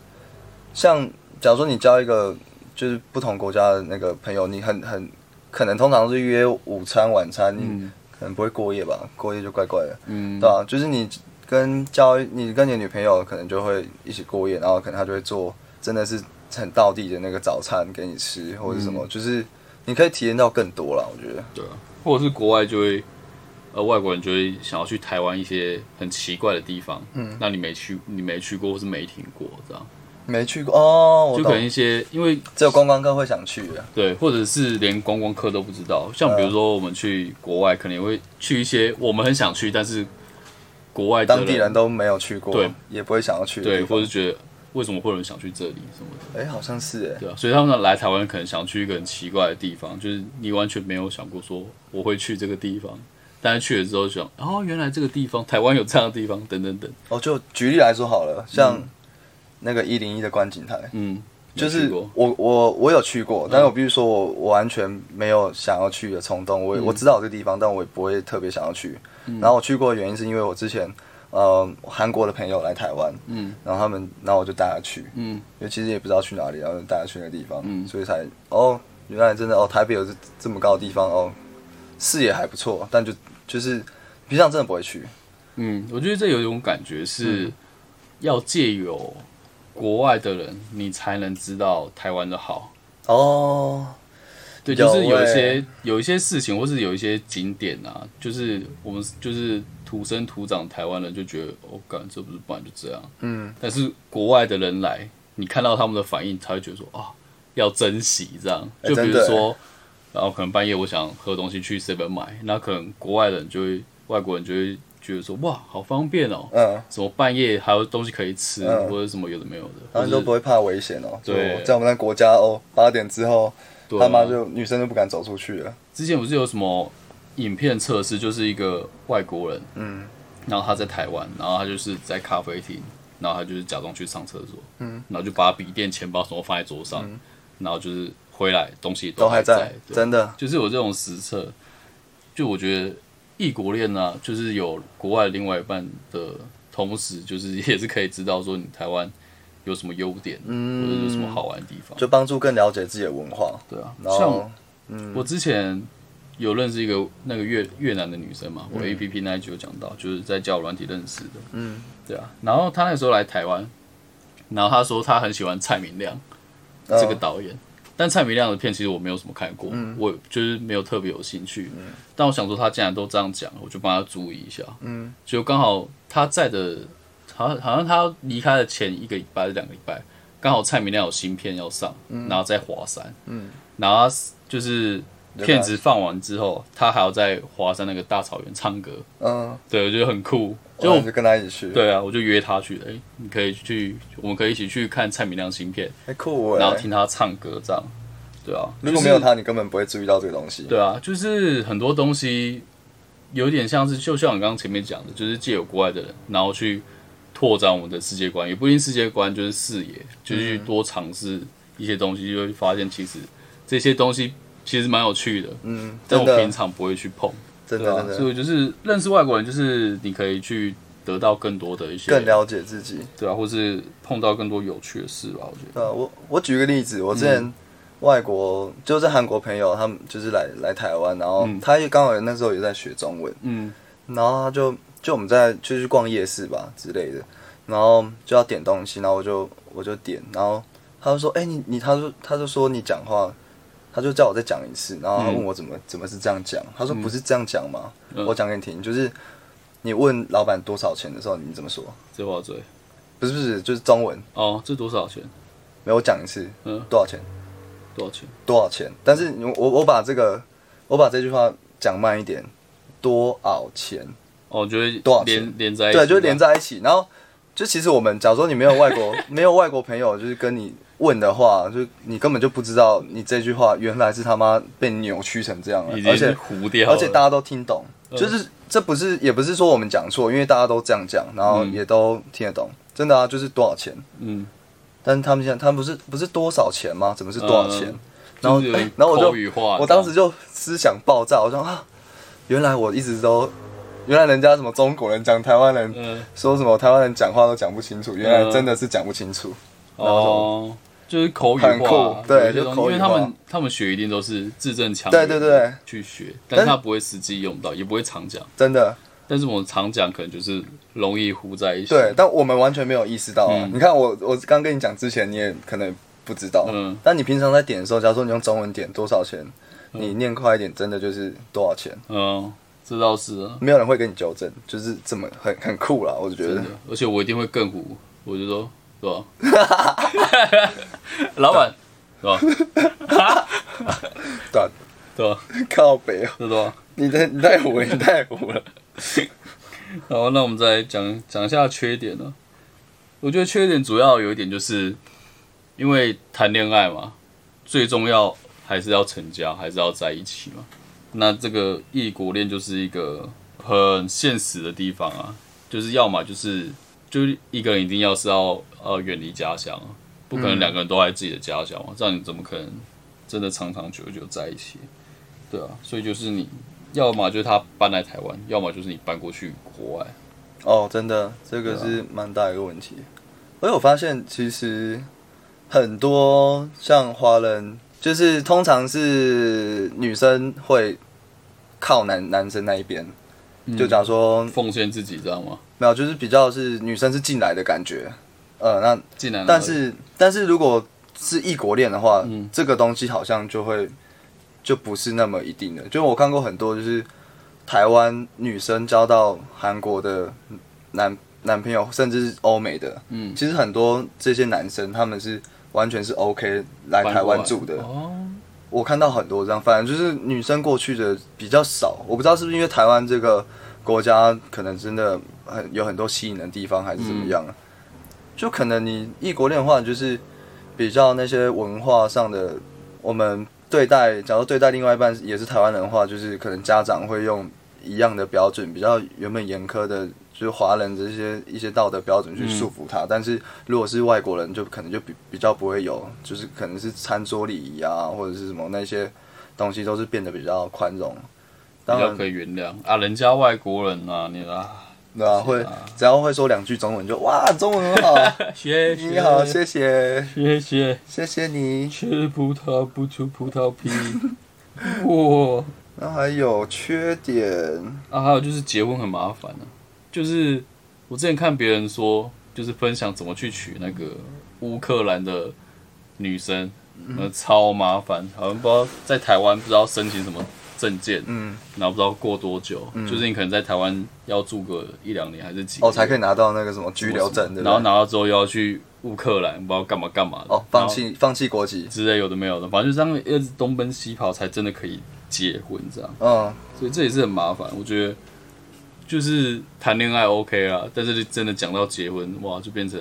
像假如说你交一个就是不同国家的那个朋友，你很很可能通常是约午餐晚餐，你可能不会过夜吧，过夜就怪怪的。嗯对啊，就是你跟交你跟你的女朋友可能就会一起过夜，然后可能她就会做真的是很道地的那个早餐给你吃，或者什嗯么，就是你可以体验到更多啦。我觉得，对啊，或者是国外就会，呃，外国人就会想要去台湾一些很奇怪的地方，嗯，那你没去，你没去过或是没听过，这样没去过哦，我就可能懂，一些，因为只有观光客会想去的。对，或者是连观光客都不知道，像比如说我们去国外，可能也会去一些我们很想去，但是国外的当地人都没有去过，对也不会想要去的对，地或方。者是觉得为什么会有人想去这里什么的。哎、好像是哎、对啊，所以他们来台湾可能想去一个很奇怪的地方，就是你完全没有想过说我会去这个地方，但是去了之后想，哦，原来这个地方台湾有这样的地方，等等等，哦，就举例来说好了，像那个一零一的观景台，嗯，就没去是过嗯我我我有去过，但是我必须说我我完全没有想要去的冲动。嗯我、我知道这个地方，但我也不会特别想要去。然后我去过的原因是因为我之前呃韩国的朋友来台湾，嗯然后他们，然后我就带他去，嗯，因为其实也不知道去哪里，然后就带他去那个地方，嗯所以才哦，原来真的哦，台北有这这么高的地方哦，视野还不错，但就就是平常真的不会去，嗯，我觉得这有一种感觉是，要借由国外的人，你才能知道台湾的好。哦，对，就是有有一欸些有一些事情，或是有一些景点啊，就是我们就是土生土长台湾人就觉得，哦，干这不是本来就这样，嗯，但是国外的人来，你看到他们的反应，才会觉得说啊，要珍惜这样。欸就比真如的欸说，然后可能半夜我想喝东西去 seven 买，那可能国外人就会，外国人就会觉得说，哇，好方便哦，嗯，什么半夜还有东西可以吃，嗯或者什么有的没有的，然后或你者都不会怕危险哦，对就在我们那国家哦，八点之后，对啊他妈就女生都不敢走出去了，之前不是有什么影片测试，就是一个外国人，嗯，然后他在台湾，然后他就是在咖啡厅，然后他就是假装去上厕所，嗯，然后就把笔电、钱包什么放在桌上，然后就是回来东西嗯都还还在，对真的，就是有这种实测。就我觉得异国恋呢、就是有国外另外一半的同时，就是也是可以知道说你台湾有什么优点，嗯，或者有什么好玩的地方，就帮助更了解自己的文化，对啊，然像后。我之前有认识一个那个越越南的女生嘛，我 A P P 那一集有讲到，就是在交友软体认识的。嗯，对啊。然后她那时候来台湾，然后她说她很喜欢蔡明亮嗯这个导演，但蔡明亮的片其实我没有什么看过，我就是没有特别有兴趣。但我想说她既然都这样讲，我就帮她注意一下。嗯，就刚好她在的，好像好像她离开的前一个礼拜还是两个礼拜，刚好蔡明亮有新片要上，然后在华山，嗯，然后她就是片子放完之后，他还要在华山那个大草原唱歌，嗯，对我觉得很酷。就就就跟他一起去，，对啊，我就约他去，哎、你可以去，我们可以一起去看蔡明亮新片，哎，酷然后哎，听他唱歌这样。对啊，如果没有，他，你根本不会注意到这个东西，对啊，就是很多东西有点像是，就像我刚刚前面讲的，就是借由国外的人，然后去拓展我们的世界观，也不一定世界观就是视野，就是去多尝试一些东西，就会发现其实这些东西其实蛮有趣的，嗯，但真我平的，常不会去碰。真对的，啊真，所的，以就是认识外国人，就是你可以去得到更多的一些，更了解自己。对啊，或是碰到更多有趣的事吧。我觉得，对啊，我我举个例子，我之前嗯外国、就是韩国朋友，他们就是来来台湾，然后他也刚好那时候也在学中文，嗯然后他就就我们在就去逛夜市吧之类的，然后就要点东西，然后我就我就点，然后他就说：“哎、你你他就他就说你讲话，他就叫我再讲一次，然后他问我怎么、怎么是这样讲，他说不是这样讲嘛，嗯我讲给你听，就是你问老板多少钱的时候，你怎么说？这话最不是不是，就是中文，哦，这多少钱？没有我讲一次，嗯多少钱？多少钱？多少钱？但是你我我把这个我把这句话讲慢一点，多少钱？哦，就会多少钱连连在一起对，就吧连在一起。然后就其实我们，假如说你没有外国没有外国朋友，就是跟你问的话，就你根本就不知道你这句话原来是他妈被扭曲成这样了已，而经且糊掉了，嗯而且大家都听懂，就是这不是也不是说我们讲错，因为大家都这样讲，然后嗯也都听得懂，真的啊，就是多少钱？嗯，但是他们现在他们不是不是多少钱吗？怎么是多少钱？嗯然后就是有点然后我就口语化，我当时就思想爆炸，我说啊，原来我一直都，原来人家什么中国人讲台湾人，嗯说什么台湾人讲话都讲不清呃楚，原来真的是讲不清楚。哦。就是口语很化酷，对有一些东西就口因语化为他们他们学一定都是字正腔对圆，对对，去学，但但是他不会实际用到，也不会常讲。真的。但是我们常讲可能就是容易糊在一起。对，，但我们完全没有意识到啊！嗯你看我，我刚跟你讲之前，你也可能不知道。嗯但你平常在点的时候，假如说你用中文点多少钱，你念快一点，真的就是多少钱，嗯，这倒是啊，没有人会跟你纠正，就是这么很很酷啦，我就觉真得的。。而且我一定会更糊，我就说，是吧？ 老板，是吧？对啊，对吧？ 靠北哦，是吧？你太你太糊了，你太糊了。好，那我们再讲讲一下缺点呢、我觉得缺点主要有一点就是，因为谈恋爱嘛，最重要还是要成家，还是要在一起嘛。那这个异国恋就是一个很现实的地方啊，就是要么就是就是一个人一定要是要呃远离家乡啊，不可能两个人都在自己的家乡嘛，这样你怎么可能真的长长久久在一起？对啊，所以就是你要么就是他搬来台湾，要么就是你搬过去国外。哦，真的，这个是蛮大一个问题。而且我发现，其实很多像华人，就是通常是女生会靠男男生那一边，就假如说奉献自己，知道吗？没有，就是比较是女生是进来的感觉。呃，那进来了，但是但是如果是异国恋的话，嗯这个东西好像就会就不是那么一定的。就我看过很多，就是台湾女生交到韩国的男男朋友，甚至是欧美的，嗯，其实很多这些男生他们是完全是 OK 来台湾住的。哦，我看到很多这样，反正就是女生过去的比较少。我不知道是不是因为台湾这个国家可能真的很有很多吸引的地方，还是怎么样啊、就可能你异国恋的话，就是比较那些文化上的，我们对待，假如对待另外一半也是台湾人的话，就是可能家长会用一样的标准，比较原本严苛的，就是华人这些一些道德标准去束缚嗯他。但是如果是外国人，就可能就比比较不会有，就是可能是餐桌礼仪啊，或者是什么那些东西都是变得比较宽容。比当较然，可以原谅啊，人家外国人啊，你啊，对啊，会只要会说两句中文就哇，中文很好， 谢谢，你好，谢谢，谢谢，谢谢你。吃葡萄不吐葡萄 皮，哇那还有缺点，啊，还有就是结婚很麻烦啊，就是我之前看别人说，就是分享怎么去娶那个乌克兰的女生，呃，超麻烦，好像不知道在台湾不知道申请什么证件，嗯，然后不知道过多久，就是你可能在台湾要住个一两年还是几个哦，月才可以拿到那个什么居留证，对不对？然后拿到之后又要去乌克兰，不知道干嘛干嘛的哦，放然弃放弃国籍后，之类有的没有的，反正就这样一直东奔西跑才真的可以结婚这样，嗯，所以这也是很麻烦。我觉得就是谈恋爱 OK 啦，但是真的讲到结婚，哇，就变成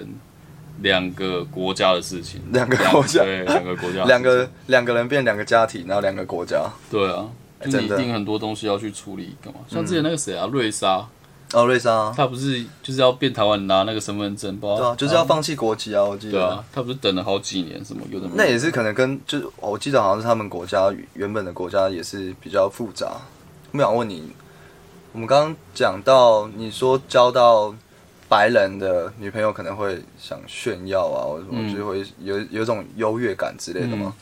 两个国家的事情，两个国家对，两个国家的事情，两个两个人变两个家庭，然后两个国家。对啊。就你真一的嗯定很多东西要去处理，干嘛？像之前那个谁啊，瑞莎，哦，瑞莎，她不是就是要变台湾人拿那个身份证，不知道对啊，就是要放弃国籍啊，我记对得。啊，她不是等了好几年，什么有的没有的那也是可能跟就是我记得好像是他们国家原本的国家也是比较复杂。我想问你，我们刚刚讲到你说交到白人的女朋友可能会想炫耀啊，或者什么，嗯就是会有有一种优越感之类的吗？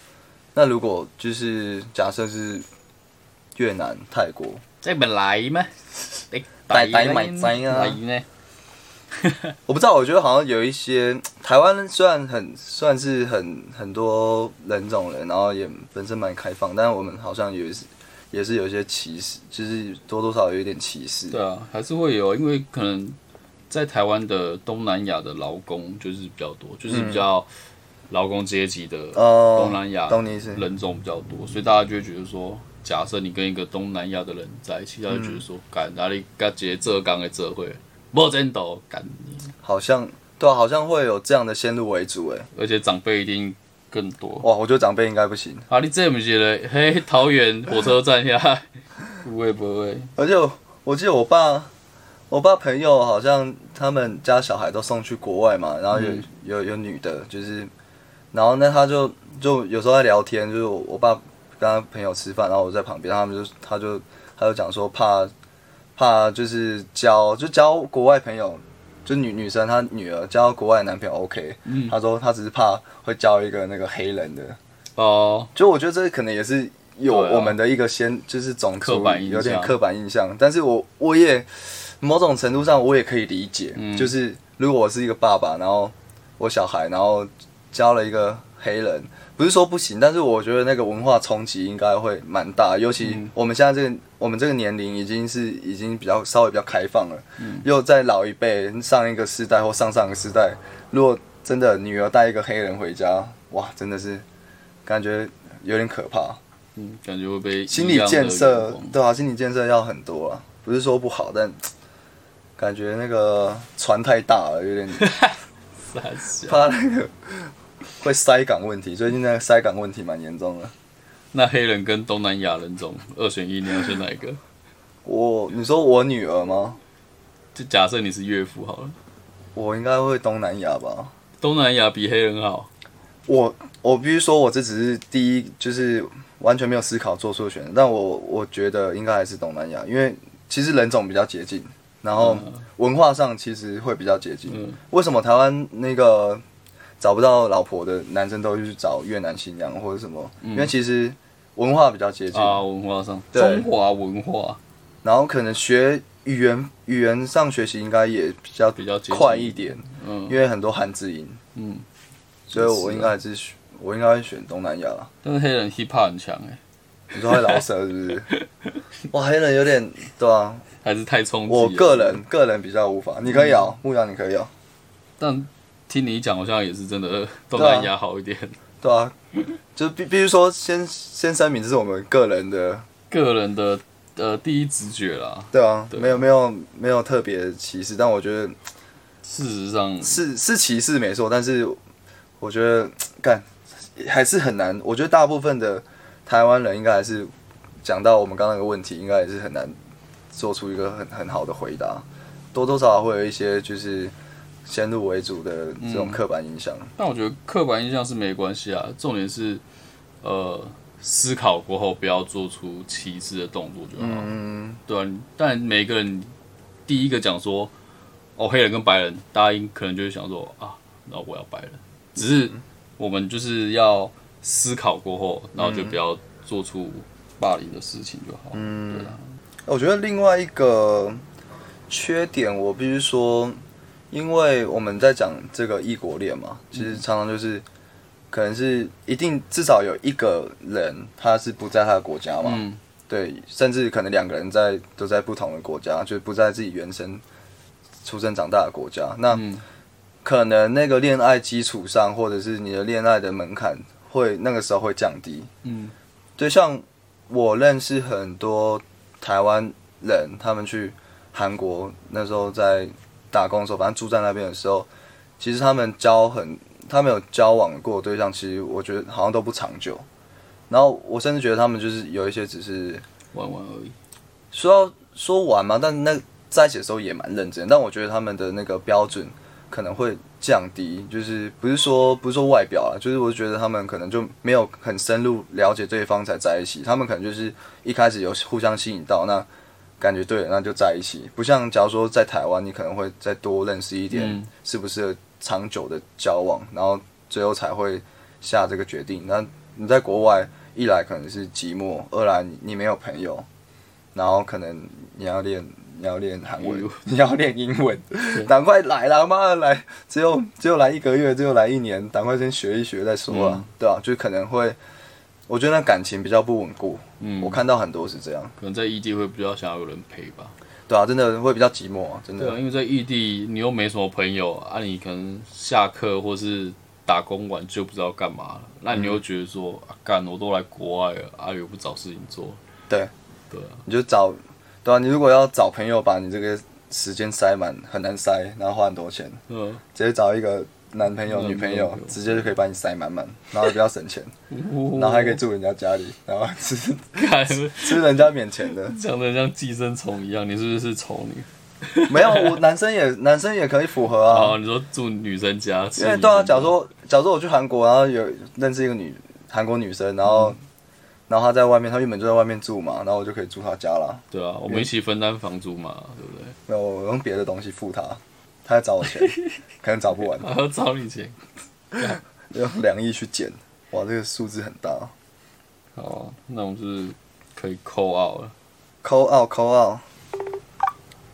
那如果就是假设是越南、泰国，这本来 嘛，你大大买仔啊来呢？我不知道，我觉得好像有一些台湾虽然很算是很很多人种人，然后也本身蛮开放，但是我们好像有一些也是有一些歧视，就是多多少少有一点歧视。对啊，还是会有，因为可能在台湾的东南亚的劳工就是比较多，就是比较劳工阶级的嗯哦东南亚懂你意思人种比较多，所以大家就会觉得说，假设你跟一个东南亚的人在一起，他就觉得说，干哪里跟接浙江的社会，莫真斗干你，好像对啊、好像会有这样的先入为主，哎，而且长辈一定更多。哇，我觉得长辈应该不行，啊，你这么觉得？嘿，桃园火车站下来，不会不会，而且我我记得我爸。我爸朋友好像他们家小孩都送去国外嘛，然后有、嗯有有女的，就是，然后那他就就有时候在聊天，就是我我爸跟他朋友吃饭，然后我在旁边，他们就他就他就讲说怕怕就是交就交国外朋友，就女女生她女儿交国外男朋友 OK，、嗯他说他只是怕会交一个那个黑人的，哦，就我觉得这可能也是有对啊我们的一个先，就是种刻族板印象有点刻板印象，但是我我也某种程度上我也可以理解，嗯就是如果我是一个爸爸，然后我小孩，然后交了一个黑人，不是说不行，但是我觉得那个文化冲击应该会蛮大，尤其嗯我们现在这个我们这个年龄已经是已经比较稍微比较开放了，嗯又在老一辈上一个世代或上上个世代，如果真的女儿带一个黑人回家，哇，真的是感觉有点可怕。嗯，感觉会被心异理样的建眼设光， 对啊，心理建设要很多啊，不是说不好，但感觉那个船太大了，有点三小怕那个会塞港问题。最近那个塞港问题蛮严重的。那黑人跟东南亚人种二选一，你要选哪一个？ 我，你说我女儿吗？就假设你是岳父好了，我应该会东南亚吧。东南亚比黑人好，我我必须说，我这只是第一，就是完全没有思考做出的选择。但我我觉得应该还是东南亚，因为其实人种比较接近，然后文化上其实会比较接近。嗯为什么台湾那个找不到老婆的男生都去找越南新娘或者什么？因为其实文化比较接近，嗯啊，文化上，对中华文化然后可能学语言语言上学习应该也比较比较接近快一点，嗯因为很多汉字音，嗯，所以是我啊应该还是选我应该会选东南亚啦。但是黑人 hip hop 很强哎、你说会老舌是不是？ 哇，黑人有点对啊，还是太冲击了。我嗯个人个人比较无法。你可以咬，牧羊你可以咬，但听你讲，好像也是真的呃东啊南亚好一点。对啊，就必必须说先先声明，这是我们个人的，个人的呃第一直觉啦，对啊，对没有没有没有特别歧视，但我觉得事实上是是歧视没错，但是我觉得干还是很难。我觉得大部分的台湾人应该还是讲到我们刚刚那个问题，应该也是很难做出一个很很好的回答，多多少少会有一些就是先入为主的这种刻板印象。但我觉得刻板印象是没关系啊，重点是呃思考过后不要做出歧视的动作就好。嗯，对啊，你但每个人第一个讲说哦黑人跟白人，大家可能就会想说啊，那我要白人。只是嗯我们就是要思考过后，然后就不要做出霸凌的事情就好。嗯，对啊，我觉得另外一个缺点，我必须说，因为我们在讲这个异国恋嘛，其嗯实常常就是可能是一定至少有一个人他是不在他的国家嘛，嗯对，甚至可能两个人在都在不同的国家，就是不在自己原生出生长大的国家，那嗯可能那个恋爱基础上，或者是你的恋爱的门槛会那个时候会降低，嗯对，像我认识很多台湾人，他们去韩国那时候在打工的时候，反正住在那边的时候，其实他们交很，他们有交往过的对象，其实我觉得好像都不长久。然后我甚至觉得他们就是有一些只是玩玩而已。说要说玩嘛，但那在一起的时候也蛮认真。但我觉得他们的那个标准可能会降低，就是不是说不是说外表啊，就是我觉得他们可能就没有很深入了解对方才在一起，他们可能就是一开始有互相吸引到，那感觉对了，那就在一起。不像假如说在台湾，你可能会再多认识一点嗯，适不适合长久的交往，然后最后才会下这个决定。那你在国外，一来可能是寂寞，二来你你没有朋友，然后可能你要练你要练韩哎文呦， 你要练英文，赶快来啦！妈的来，只有只有来一个月，只有来一年，赶快先学一学再说啊，嗯对啊，就可能会，我觉得那感情比较不稳固，嗯，我看到很多是这样，可能在异地会比较想要有人陪吧。对啊，真的会比较寂寞啊，真对的啊，，因为在异地你又没什么朋友啊，你可能下课或是打工完就不知道干嘛了，那你又嗯觉得说啊，干我都来国外了，啊又不找事情做，对，对啊，你就找，对啊，你如果要找朋友，把你这个时间塞满，很难塞，然后花很多钱，嗯，直接找一个男朋友、男女朋友朋友，嗯直接就可以把你塞满满，然后也比较省钱，然然后还可以住人家家里，然后吃看，吃人家免钱的，讲的像寄生虫一样，你是不是丑女？没有，我男生也男生也可以符合啊，啊，你说住女生家，吃因为女对啊，生假家如说假如说我去韩国，然后有认识一个女韩国女生，然后、然后她在外面，她原本就在外面住嘛，然后我就可以住她家啦，对啊，我们一起分担房租嘛，对不对？没有，我用别的东西付她，她要找我钱，可能找不完，还要找你钱，用两亿去减，哇，这个数字很大好啊，那我们是可以扣 out 了。 ，call out call out，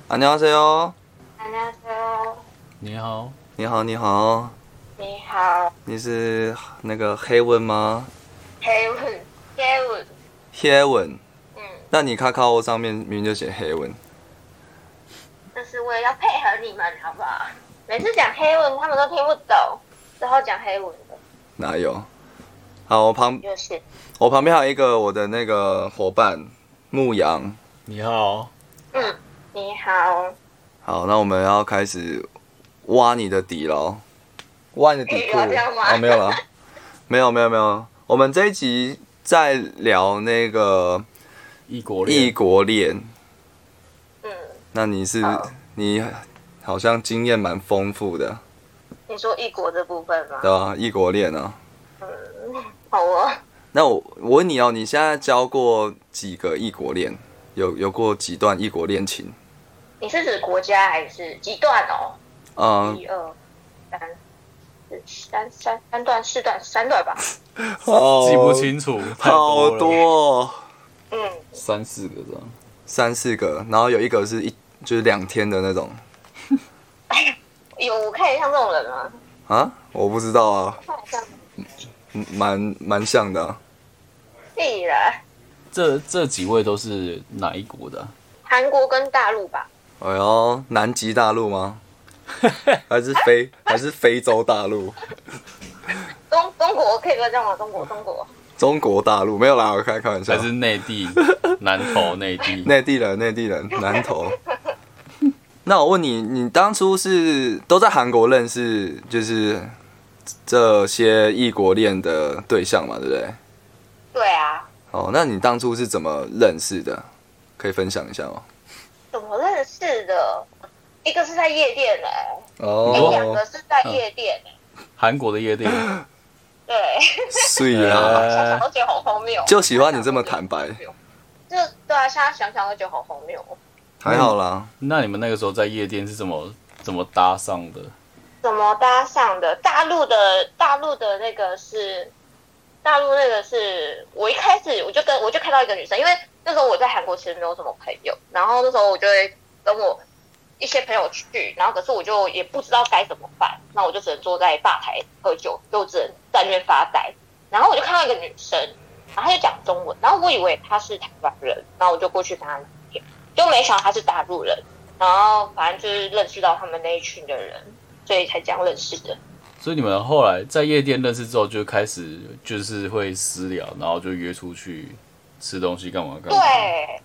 안녕하세요， 안녕하세요.你好，你好，你好，你好，你是那个黑文吗？黑文，黑文，黑文，嗯，那你卡卡我上面明明就写黑文，就是我也要配合你们，好不好？每次讲黑文，他们都听不懂，之后讲黑文的，哪有？好，我旁就是我旁边还有一个我的那个伙伴牧羊。你好，嗯，你好，好，那我们要开始挖你的底喽，挖你的底裤有这样吗哦，没有了，没有没有没有，我们这一集在聊那个异国异恋，国恋，嗯，那你是好你好像经验蛮丰富的，你说异国这部分吗对？吧？异国恋啊，好哦，那我我问你哦，你现在交过几个异国恋？有有过几段异国恋情？你是指国家还是几段哦？嗯，一二三。四三三三段四段三段吧， 记记不，清楚，太好了，多哦，嗯，三四个这样。三四个，然后有一个是一就是两天的那种有我看得像这种人吗？啊，我不知道啊，看得像嗯蛮蛮像的啊、必然，这这几位都是哪一国的啊、韩国跟大陆吧，哎呦，南极大 陆吗？还是非还是非洲大陆？中中国可以不要这样吗？中国中国，中国大陆没有啦，我开开玩笑还，是内 地、南投、内地？内地人，内地人，南投。那我问你，你当初是都在韩国认识，就是这些异国恋的对象嘛，对不对？对啊，哦，那你当初是怎么认识的？可以分享一下吗？怎么认识的？一个是在夜店哎、欸，哦两、个是在夜店、欸韩国的夜店，对，碎啊！呃想想都觉得好荒谬。哎就喜欢你这么坦白，就对啊，现在想想都觉得好荒谬。还好啦。那你们那个时候在夜店是怎么怎么搭上的？怎么搭上的？大陆的大陆的那个是大陆那个是我一开始我就跟我就看到一个女生，因为那时候我在韩国其实没有什么朋友，然后那时候我就会跟我一些朋友去，然后可是我就也不知道该怎么办，那我就只能坐在吧台喝酒，就只能在那边发呆。然后我就看到一个女生，然后她就讲中文，然后我以为她是台湾人，然后我就过去跟她聊天，就没想到她是大陆人，然后反正就是认识到他们那一群的人，所以才这样认识的。所以你们后来在夜店认识之后，就开始就是会私聊，然后就约出去吃东西，干嘛干嘛？，嗯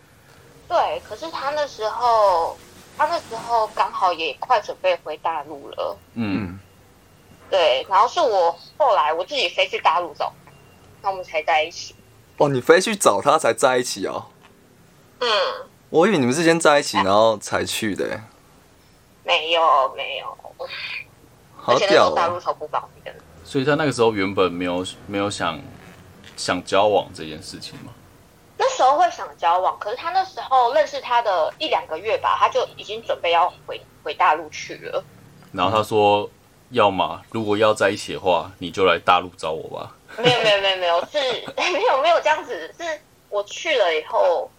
对，对，可是他那时候，他那时候刚好也快准备回大陆了，嗯，对，然后是我后来我自己飞去大陆找他，那我们才在一起。哦，你非去找他才在一起哦？嗯，我以为你们是先在一啊起，然后才去的欸，没有没有，好而且那时屌候大哦！陆超不方便的。所以他那个时候原本没有没有想想交往这件事情嘛。那时候会想交往，可是他那时候认识他的一两个月吧，他就已经准备要回回大陆去了。然后他说，要么如果要在一起的话，你就来大陆找我吧。没有没有没有没有，是没有没有这样子，是我去了以后，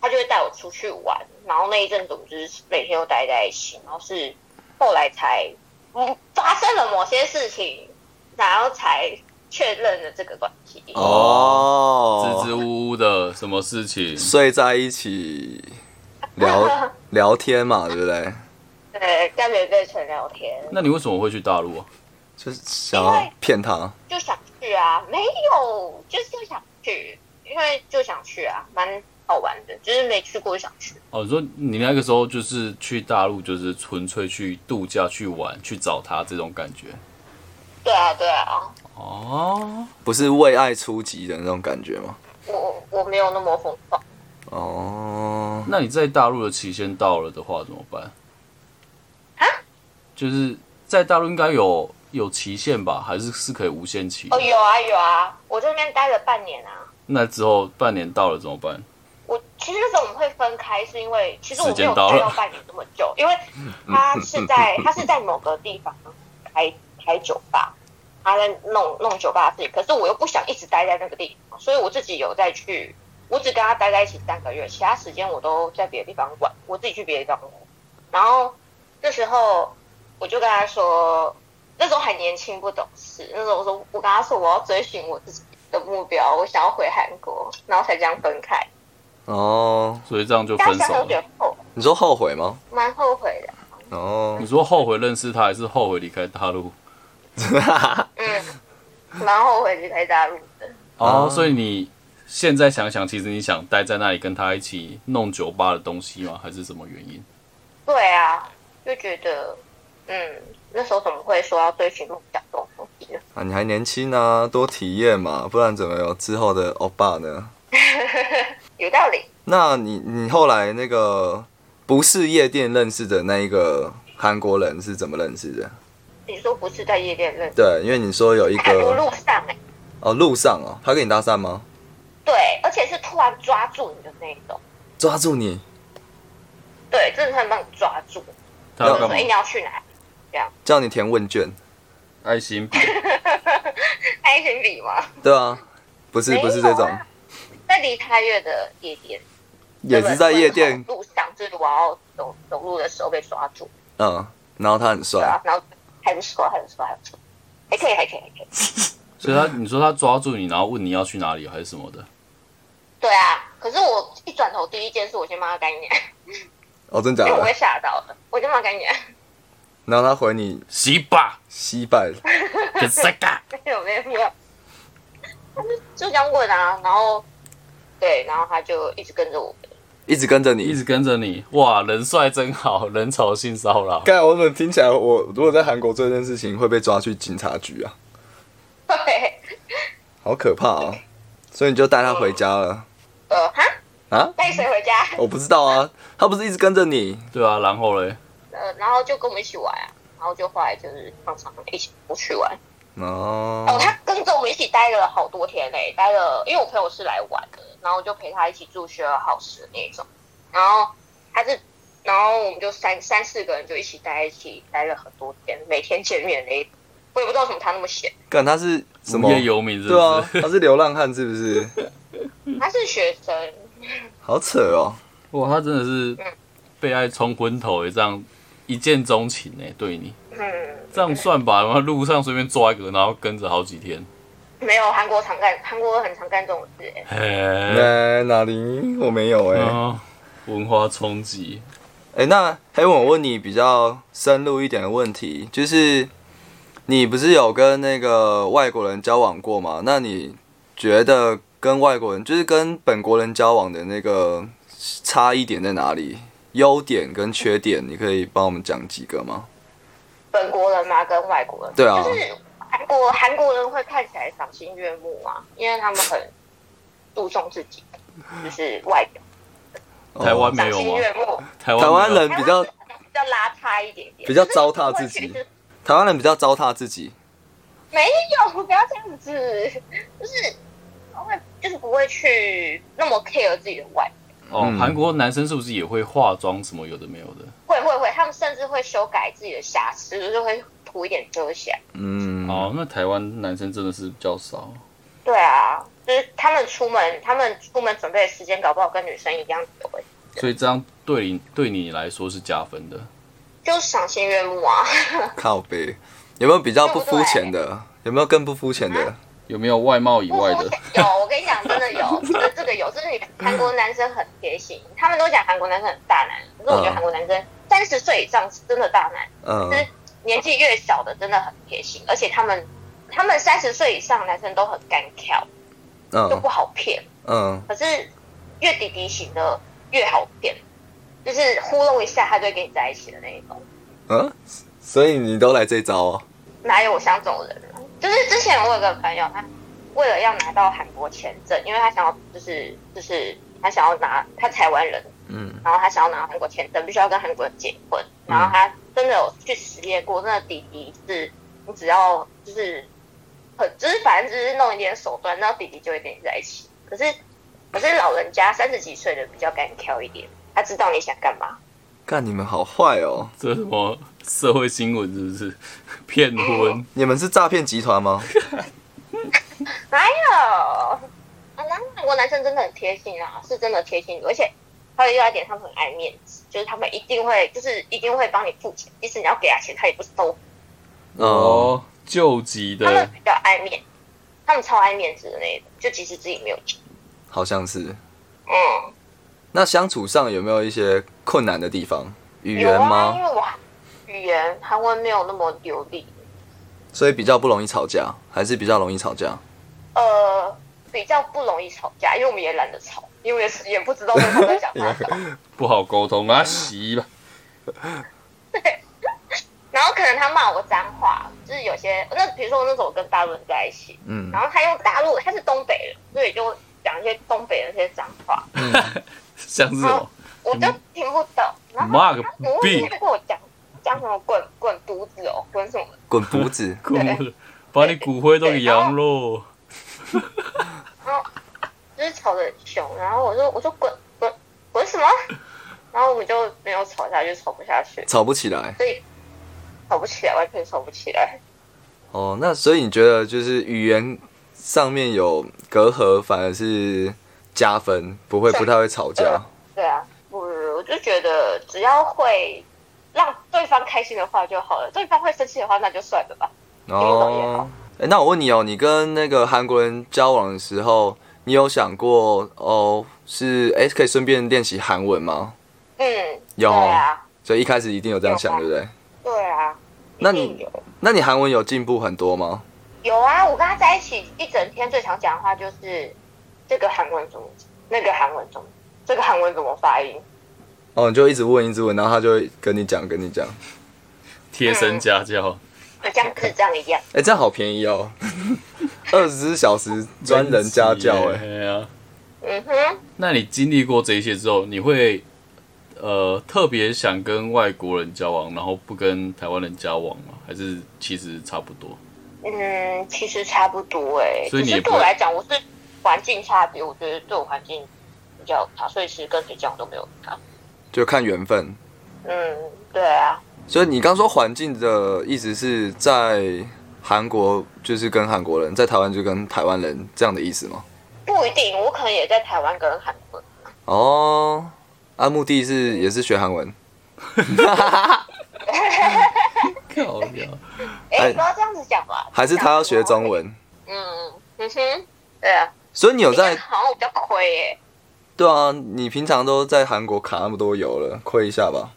他就会带我出去玩，然后那一阵子我们就是每天都待在一起，然后是后来才嗯发生了某些事情，然后才确认了这个关系。哦，支支吾吾的什么事情？睡在一起 聊聊天嘛，对不对？对，跟别人纯聊天那你为什么会去大陆啊？就是想要骗他，就想去啊，没有，就是想去，因为就想去啊，蛮好玩的，就是没去过就想去。哦，你说你那个时候就是去大陆，就是纯粹去度假、去玩、去找他这种感觉。对啊，对啊，哦，不是为爱出击的那种感觉吗？我我没有那么疯狂。哦，那你在大陆的期限到了的话怎么办？啊？就是在大陆应该有有期限吧，还是是可以无限期的哦，？有啊有啊，我在那边待了半年啊。那之后半年到了怎么办？我其实那时候我们会分开，是因为其实我时没间有到待了嗯到半年这么久，因为他是在他是在某个地方开开酒吧，他在弄弄酒吧自己，可是我又不想一直待在那个地方，所以我自己有再去，我只跟他待在一起三个月，其他时间我都在别的地方玩，我自己去别的地方玩。然后那时候我就跟他说，那时候还年轻不懂事，那时候我说我跟他说我要追寻我自己的目标，我想要回韩国，然后才这样分开。哦，所以这样就但分是手想有了点。后，你说后悔吗？蛮后悔的。哦你，说后悔认识他，还是后悔离开大陆？嗯，蛮后悔离开大陆的。哦，啊所以你现在想想，其实你想待在那里跟他一起弄酒吧的东西吗？还是什么原因？对啊，就觉得，嗯，那时候怎么会说要追寻梦想这种东西呢？啊，你还年轻啊，多体验嘛，不然怎么有之后的欧巴呢？有道理。那你你后来那个不是夜店认识的那一个韩国人是怎么认识的？你说不是在夜店认识，对，因为你说有一在路个路上哎、哦，路上哦，他跟你搭讪吗？对，而且是突然抓住你的那一种，抓住你，对，真的突然把你抓住，他要就干说嘛哎、？你要去哪？叫你填问卷，爱心笔。爱情笔吗？对啊，不是没不是有这啊种，在梨泰院的夜店，也是在夜店，路上，就是我要走走路的时候被抓住，嗯，然后他很对啊帅，，然后还不错，还不错，还不错，还可以，还可以，还可以，所以他，你说他抓住你，然后问你要去哪里还是什么的？对啊。可是我一转头，第一件事我先帮他干一眼，哦，真假 因为我的被？吓到了，我先帮他干一眼，然后他回你洗吧，惜败，给塞嘎。没有没有没有，就这样问啊，然后对，然后他就一直跟着我， 一直跟着你，一直跟着你，哇，人帅真好， 人丑性骚扰。干，我怎么听起来我如果在韩国做这件事情会被抓去警察局啊，对，好可怕哦！所以你就带他回家了呃，哈，哦啊？带谁回家？ 我不知道啊，他不是一直跟着你对啊，然后嘞，呃，然后就跟我们一起玩啊，然后就后来就是常常一起出去玩。哦，哦？他跟着我们一起待了好多天嘞、待了，因为我朋友是来玩的，然后我就陪他一起住 share house 的那种，然后他是，然后我们就三三四个人就一起待在一起，待了很多天，每天见面那一种，我也不知道为什么他那么闲，干，他是什么无？业游民是不对啊，是？他是流浪汉是不是？他是学生，好扯 哦！哇，他真的是被爱冲昏头欸耶，这样一见钟情哎，对你嗯，这样算吧，然后路上随便抓一个，然后跟着好几天。没有韩国常干，韩国很常干这种事、欸，嘿，哎，哪里？我没有哎、嗯，文化冲击，哎、那还有我问你比较深入一点的问题，就是你不是有跟那个外国人交往过吗？那你觉得跟外国人，就是跟本国人交往的那个差异点在哪里？优点跟缺点，你可以帮我们讲几个吗？本国人嘛跟外国人，对啊就是韩国韩国人会看起来赏心悦目啊，因为他们很注重自己，就是外表。台湾哦没赏有心吗悦目，台湾台湾没有人比较比较邋遢一点点，比较糟蹋自己就是不会去台湾人比较糟蹋自己，没有，不要这样子，就是会就是不会去那么 care 自己的外表，哦，嗯韩国男生是不是也会化妆什么有的没有的？会会会，他们甚至会修改自己的瑕疵，就是会涂一点遮瑕。嗯，哦，那台湾男生真的是比较少。对啊，就是他们出门，他们出门准备的时间搞不好跟女生一样久、欸，所以这样对你对你来说是加分的。就是赏心悦目啊。靠背，有没有比较不对不对肤浅的？有没有更不肤浅的？有没有外貌以外的？ 有，我跟你讲，真的有，真的这个有， 就是你韩国男生很贴心，他们都讲韩国男生很大男，可是我觉得嗯韩国男生三十岁以上是真的大男，嗯就是年纪越小的真的很贴心，而且他们他们三十岁以上的男生都很干跳，就嗯不好骗，嗯，可是越弟弟型的越好骗，就是糊弄一下他就会跟你在一起的那一种。嗯，所以你都来这招哦。哪有我像这种人啊？就是之前我有个朋友，他为了要拿到韩国签证，因为他想要就是就是他想要拿他台湾人，嗯，然后他想要拿韩国签证，必须要跟韩国人结婚，然后他真的有去实验过，真的弟弟是你只要就是很就是反正就是弄一点手段，然后弟弟就会跟你在一起。可是可是老人家三十几岁的比较敢挑一点，他知道你想干嘛。干你们好坏哦！这是什么社会新闻是不是？骗婚？你们是诈骗集团吗？哪有？啊，那韩国男生真的很贴心啊，是真的贴心，而且还有另外一点，他们很爱面子，就是他们一定会，就是一定会帮你付钱，即使你要给他钱，他也不收。哦，哦，救急他们的，比较爱面，他们超爱面子的那一种，就即使自己没有钱，好像是。嗯，那相处上有没有一些困难的地方？语有言啊，因吗？为我语言韩文没有那么流利，所以比较不容易吵架，还是比较容易吵架？呃，比较不容易吵架，因为我们也懒得吵，因为也也不知道对方在讲啥。 不好沟通啊，洗吧。然后可能他骂我脏话，就是有些那比如说那时候我跟大陆人在一起，嗯然后他用大陆，他是东北人，所以就讲一些东北人那些脏话，像哦是什么？我就听不懂。然后妈他个我问逼！你他跟我讲讲什么滚滚犊子哦，滚什么？滚犊子 骨把你骨灰都给扬喽。然后就是吵得很凶，然后我说我说滚滚滚什么？ 然后我们就没有吵下去，吵不下去，吵不起来所以吵不起来，完全吵不起来。哦。那所以你觉得就是语言上面有隔阂，反而是加分，不会是不太会吵架。对啊，我我就觉得只要会让对方开心的话就好了，对方会生气的话那就算了吧。懂也哦好，哎，那我问你哦，你跟那个韩国人交往的时候，你有想过哦，是哎可以顺便练习韩文吗？嗯，有对啊，所以一开始一定有这样想，有啊对不对？对啊，那一你定有那你韩文有进步很多吗？有啊？我跟他在一起一整天，最常讲的话就是这个韩文怎么讲，那个韩文怎么讲，这个韩文怎么发音。哦，你就一直问，一直问，然后他就会跟你讲，跟你讲。贴身家教，像智障一样，哎、这样好便宜 哦，二十四小时专人家教，哎、对啊。嗯哼，那你经历过这一些之后，你会呃特别想跟外国人交往，然后不跟台湾人交往吗？还是其实差不多？嗯，其实差不多哎、欸。所以你也只是不对会我来讲，我是环境差别，我觉得对我环境比较有差，所以其实跟谁讲都没有差。就看缘分。嗯，对啊，所以你刚说环境的意思是在韩国就是跟韩国人，在台湾就跟台湾人这样的意思吗？不一定，我可能也在台湾跟韩国。哦，啊，目的是也是学韩文，靠呀！哎、哎你不要这样子讲吧。还是他要学中文？嗯？嗯哼，对啊，所以你有在你这样 好像我比较亏欸耶、对啊？你平常都在韩国卡那么多油了，亏一下吧。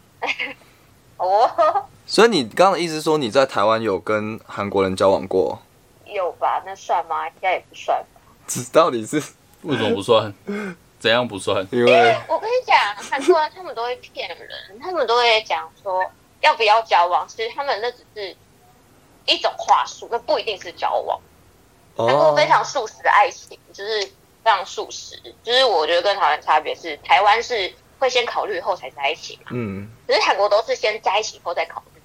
哦， 所以你刚刚的意思是说你在台湾有跟韩国人交往过，有吧？那算吗？应该也不算吧。这到底是为什么不算？怎样不算？因为我跟你讲，韩国人他们都会骗人，他们都会讲说要不要交往，其实他们那只是一种话术，那不一定是交往。嗯韩国哦非常素食的爱情，就是非常素食，就是我觉得跟台湾差别是，台湾是会先考虑后才在一起嘛，嗯可是韩国都是先在一起后再考虑，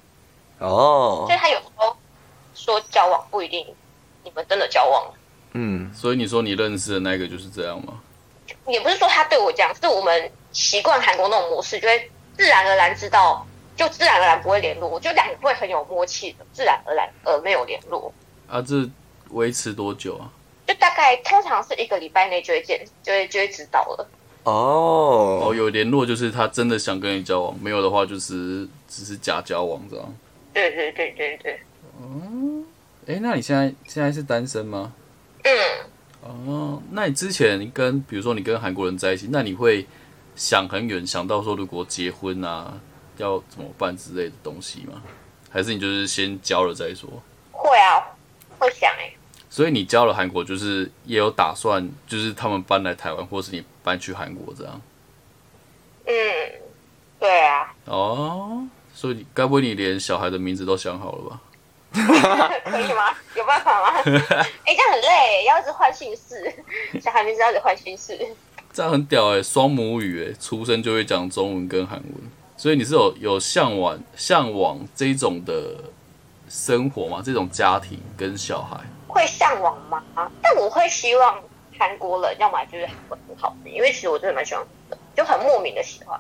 哦所以他有时候说交往不一定你们真的交往了。嗯所以你说你认识的那个就是这样吗？也不是说他对我这样，是我们习惯韩国那种模式，就会自然而然知道，就自然而然不会联络。我觉得两个会很有默契的，自然而然而没有联络，啊，这维持多久啊？就大概通常是一个礼拜内就会见，就会就会知道了。哦，哦有联络就是他真的想跟你交往，没有的话就是只是假交往这样。对对对对对，哎，那你现在现在是单身吗？嗯，哦，那你之前跟比如说你跟韩国人在一起，那你会想很远，想到说如果结婚啊要怎么办之类的东西吗？还是你就是先交了再说？会啊，会想哎、所以你交了韩国，就是也有打算，就是他们搬来台湾，或是你搬去韩国这样。嗯，对啊，哦，所以你该不会你连小孩的名字都想好了吧？可以吗？有办法吗？哎、这样很累、要一直换姓氏，小孩名字要一直换姓氏。这样很屌哎、双母语哎、出生就会讲中文跟韩文，所以你是有有向往向往这种的生活吗？这种家庭跟小孩，会向往吗？但我会希望韩国人要么就是韩国很好吃，因为其实我真的蛮喜欢吃的，就很莫名的喜欢，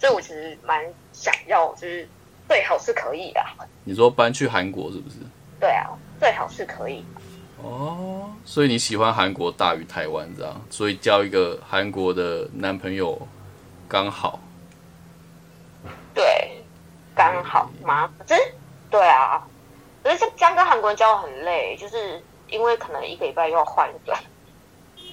所以我其实蛮想要就是最好是可以的，你说搬去韩国是不是？对啊，最好是可以。哦，所以你喜欢韩国大于台湾这样，所以交一个韩国的男朋友刚好，对，刚好吗？可是，对啊，可是这样跟韩国人交往很累，就是因为可能一个礼拜又要换一个，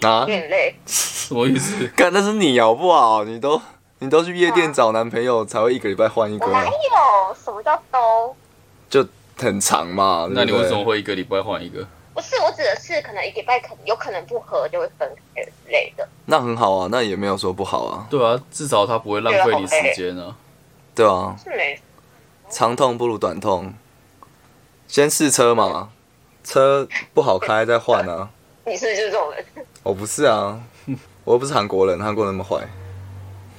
啊有，点累。什么意思？干那是你好不好？你都你都去夜店找男朋友才会一个礼拜换一个我，哪有什么叫都？就很长嘛。那你对不为对什么会一个礼拜换一个？不是，我指的是可能一个礼拜可有可能不合就会分开之类的。那很好啊，那也没有说不好啊，对啊，至少他不会浪费你时间啊。对啊，是没长痛不如短痛，先试车嘛，车不好开再换啊。你是不是就是这种人？我不是啊，我又不是韩国人，韩国人那么坏。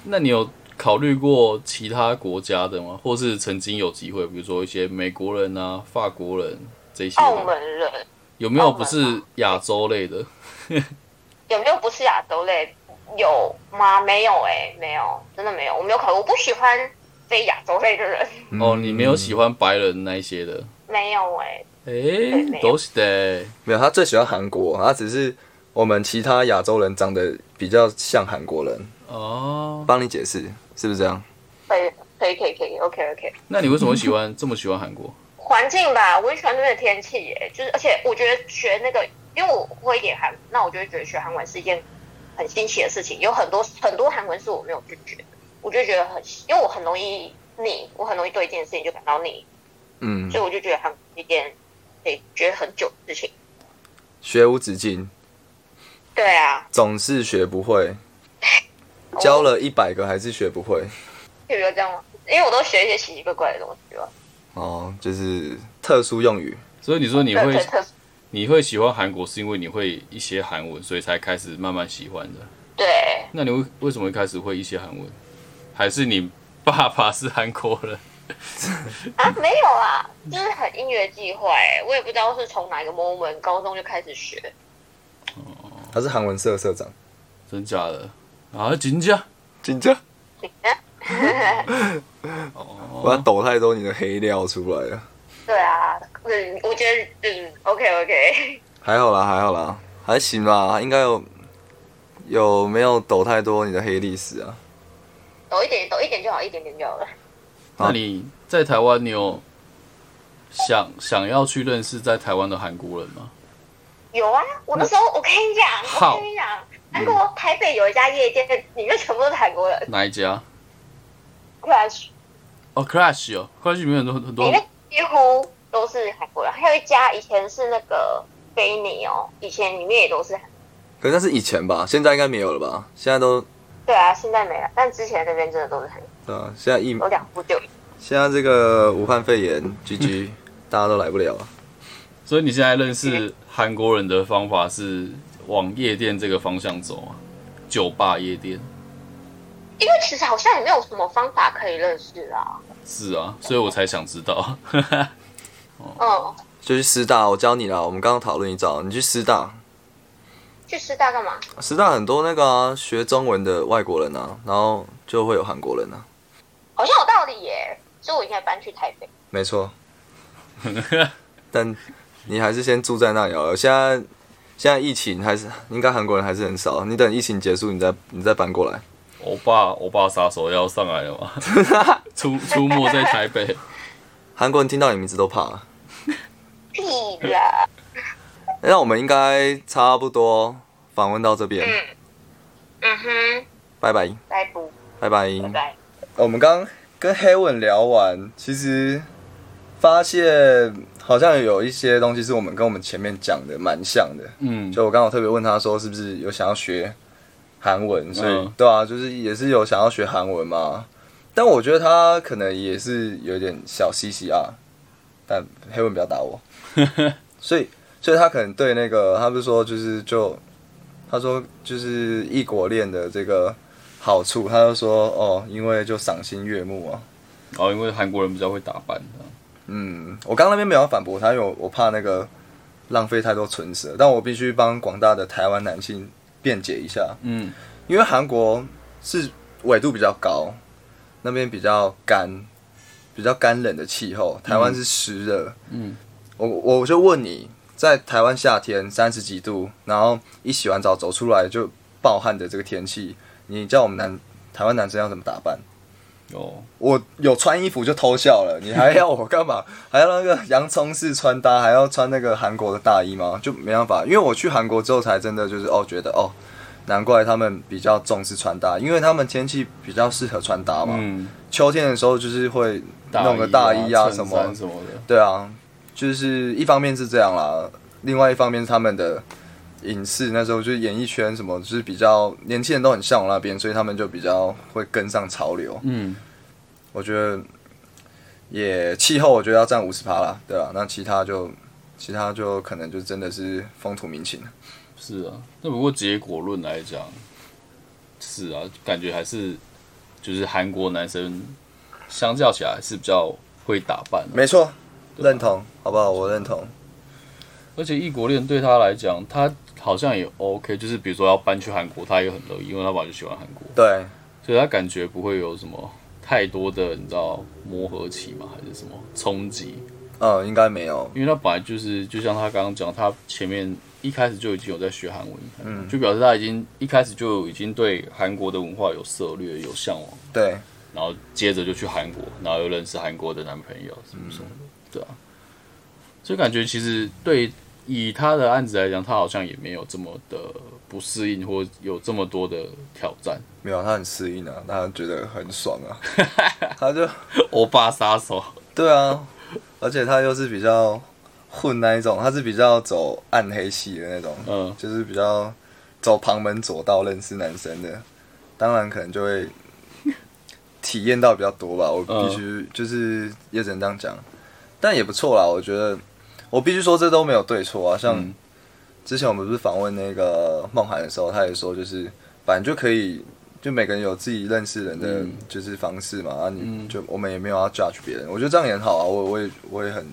那你有考虑过其他国家的吗？或是曾经有机会，比如说一些美国人啊、法国人这些的澳门人有没有澳门不是亚洲类的？有没有不是亚洲类？有吗？没有哎、没有，真的没有。我没有考虑，我不喜欢非亚洲类的人， 嗯哦，你没有喜欢白人那一些的？没有哎、诶，没有都是的。没有，他最喜欢韩国，他只是我们其他亚洲人长得比较像韩国人。哦，帮你解释是不是这样？可以，可以，可以，可以，OK，OK。那你为什么喜欢这么喜欢韩 国？环境吧，我很喜欢那边的天气耶，就是而且我觉得学那个，因为我会一点韩，那我就会觉得学韩文是一件很新奇的事情，有很多很多韩文是我没有去学的，我就觉得很，因为我很容易腻，我很容易对一件事情就感到腻，嗯，所以我就觉得韩文是一件可以学很久的事情。学无止境，对啊，总是学不会，教了一百个还是学不会。比如这样吗？因为我都学一些奇奇怪怪的东西吧。哦，就是特殊用语。所以你说你对对会特你会喜欢韩国，是因为你会一些韩文，所以才开始慢慢喜欢的。对，那你为为什么一开始会一些韩文？还是你爸爸是韩国人？啊，嗯没有啦，就是很音乐计划哎，我也不知道是从哪一个 moment 高中就开始学，他是韩文社社长，真假的啊？真假？紧张，你呢？ 我要抖太多你的黑料出来了。对啊，嗯，我觉得嗯，OK OK， 还好啦，还好啦，还行啦，应该有有没有抖太多你的黑历史啊？抖一点，抖一点就好，一点点就好了。啊那你在台湾，你有想想要去认识在台湾的韩国人吗？有啊，我那时候我跟你讲，好我跟你讲，韩国台北有一家夜店，里面全部都是韩国人哪一家？ ，Crash 哦，Crash 哦，Crash 里面很多很里多面几乎都是韩国人，还有一家以前是那个菲尼哦，以前里面也都是韩，可是那是以前吧，现在应该没有了吧？现在都对啊，现在没了，但之前那边真的都是韩，对啊，现在疫有两部就现在这个武汉肺炎，GG，大家都来不了啊了。所以你现在认识韩国人的方法是往夜店这个方向走啊，酒吧夜店因为其实好像也没有什么方法可以认识啊，是啊，所以我才想知道。 嗯，就去师大，我教你啦。我们刚刚讨论一招，你去师大，去师大干嘛？师大很多那个啊，学中文的外国人啊，然后就会有韩国人啊。好像有道理耶，所以我应该搬去台北。没错，但你还是先住在那里好了。现在现在疫情还是应该韩国人还是很少，你等疫情结束，你再你再搬过来。欧巴，欧巴杀手要上来了吗？ 出出没在台北，韩国人听到你名字都怕了。屁啦！那我们应该差不多访问到这边，嗯嗯哼，拜拜，拜不拜拜，拜拜。呃我们刚跟 Heaven 聊完，其实发现好像有一些东西是我们跟我们前面讲的蛮像的。嗯，就我刚好特别问他说，是不是有想要学韩文？所以、嗯对啊，就是也是有想要学韩文嘛。但我觉得他可能也是有点小 CCR，但 Heaven 不要打我。所以，所以他可能对那个，他不是说就是就，他说就是异国恋的这个好处，他就说哦，因为就赏心悦目啊。哦，因为韩国人比较会打扮啊嗯，我刚刚那边没有要反驳他，因为我我怕那个浪费太多唇舌，但我必须帮广大的台湾男性辩解一下，嗯，因为韩国是纬度比较高，那边比较干，比较干冷的气候，台湾是湿热。嗯，我我就问你，在台湾夏天三十几度，然后一洗完澡走出来就暴汗的这个天气，你叫我们男台湾男生要怎么打扮。哦，我有穿衣服就偷笑了，你还要我干嘛？ 还要那个洋葱式穿搭，还要穿那个韩国的大衣吗？就没办法，因为我去韩国之后才真的就是哦，觉得哦，难怪他们比较重视穿搭，因为他们天气比较适合穿搭嘛。嗯，秋天的时候就是会大弄个大衣啊衬什衫么，什么的，对啊，就是一方面是这样啦，另外一方面是他们的影视那时候就是演艺圈什么，就是比较年轻人都很向往那边，所以他们就比较会跟上潮流。嗯，我觉得也气候，我觉得要占五十趴啦，对啊，那其他就其他就可能就真的是风土民情了。是啊。那不过结果论来讲，是啊，感觉还是就是韩国男生相较起来是比较会打扮啊的、没错，对吧认同，好不好？我认同。而且异国恋对他来讲，他好像也 OK，就是比如说要搬去韩国，他也很乐意，因为他本来就喜欢韩国，对，所以他感觉不会有什么太多的你知道磨合期嘛，还是什么冲击，嗯，应该没有。因为他本来就是就像他刚刚讲，他前面一开始就已经有在学韩文，嗯，就表示他已经一开始就已经对韩国的文化有涉略、有向往，对，然后接着就去韩国，然后又认识韩国的男朋友什么什么的，对啊，所以感觉其实对以他的案子来讲，他好像也没有这么的不适应或有这么多的挑战。没有，他很适应啊，他觉得很爽啊，他就欧巴杀手，对啊，而且他又是比较混那一种，他是比较走暗黑系的那种，嗯，就是比较走旁门左道认识男生的，当然可能就会体验到比较多吧。我嗯必须就是也只能这样讲，但也不错啦。我觉得我必须说这都没有对错啊。像嗯之前我们不是访问那个梦涵的时候，他也说就是反正就可以。就每个人有自己认识人的嗯就是方式嘛，啊，你嗯就我们也没有要 judge 别人，我觉得这样也很好啊，我我也我也很，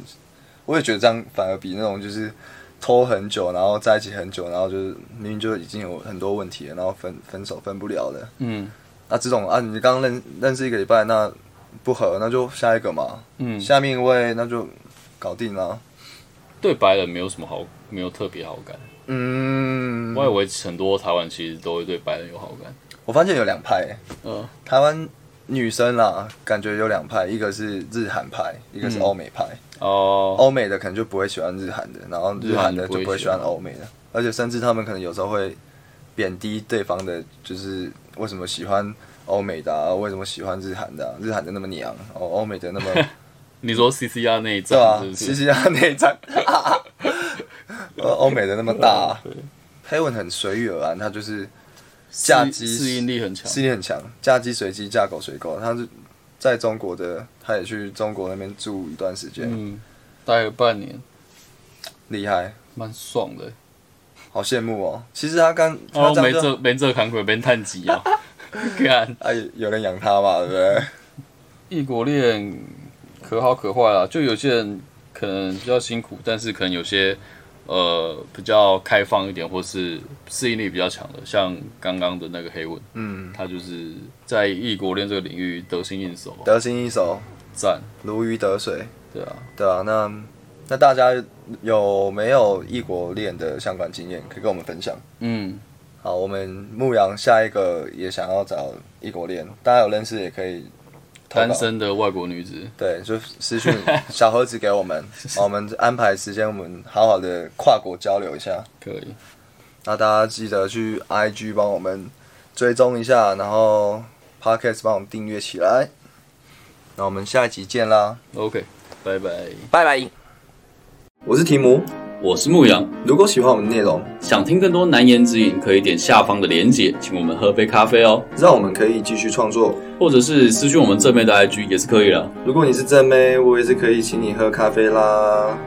我也觉得这样反而比那种就是拖很久，然后在一起很久，然后就是明明就已经有很多问题了，然后分分手分不了的。嗯那、这种啊，你刚认认识一个礼拜，那不合，那就下一个嘛，嗯，下面一位那就搞定了。对白人没有什么好，没有特别好感。嗯，我以为很多台湾其实都会对白人有好感。我发现有两派、嗯台湾女生啦，感觉有两派，一个是日韩派，一个是嗯欧美派。哦，欧美的可能就不会喜欢日韩的，然后日韩的就不会喜欢欧美的，而且甚至他们可能有时候会贬低对方的，就是为什么喜欢欧美的、啊，为什么喜欢日韩的啊、日韩的那么娘，哦，欧美的那 么你说 C C R 那一对张吧、啊是？不西是？西亚内战，呃欧美的那么大、 啊，黑文很随遇而安，他就是嫁鸡适适应力很强。适应很强，嫁鸡随鸡，嫁狗随狗，他是在中国的，他也去中国那边住一段时间，嗯，待了半年，厉、害。蛮爽的。好羡慕哦！其实他刚他哦，这没样就这没这扛鬼，没叹气 啊！看哎，有人养他嘛，对不对？异国恋可好可坏啦，就有些人可能比较辛苦，但是可能有些呃比较开放一点，或是适应力比较强的，像刚刚的那个黑文，嗯，他就是在异国恋这个领域得心应手，得心应手，赞，如鱼得水，对啊，对啊。那那大家有没有异国恋的相关经验可以跟我们分享？嗯，好，我们牧羊下一个也想要找异国恋，大家有认识也可以投稿单身的外国女子，对，就私讯小盒子给我 们，好我们安排时间，我们好好的跨国交流一下。可以，那大家记得去 IG 帮我们追踪一下，然后 Podcast 帮我们订阅起来。那我们下一集见啦， ，OK，拜拜，拜拜。我是提姆，我是牧羊，如果喜欢我们的内容，想听更多难言之隐，可以点下方的连结，请我们喝杯咖啡哦，让我们可以继续创作。或者是私讯我们正面的 IG 也是可以的。如果你是正妹，我也是可以请你喝咖啡啦。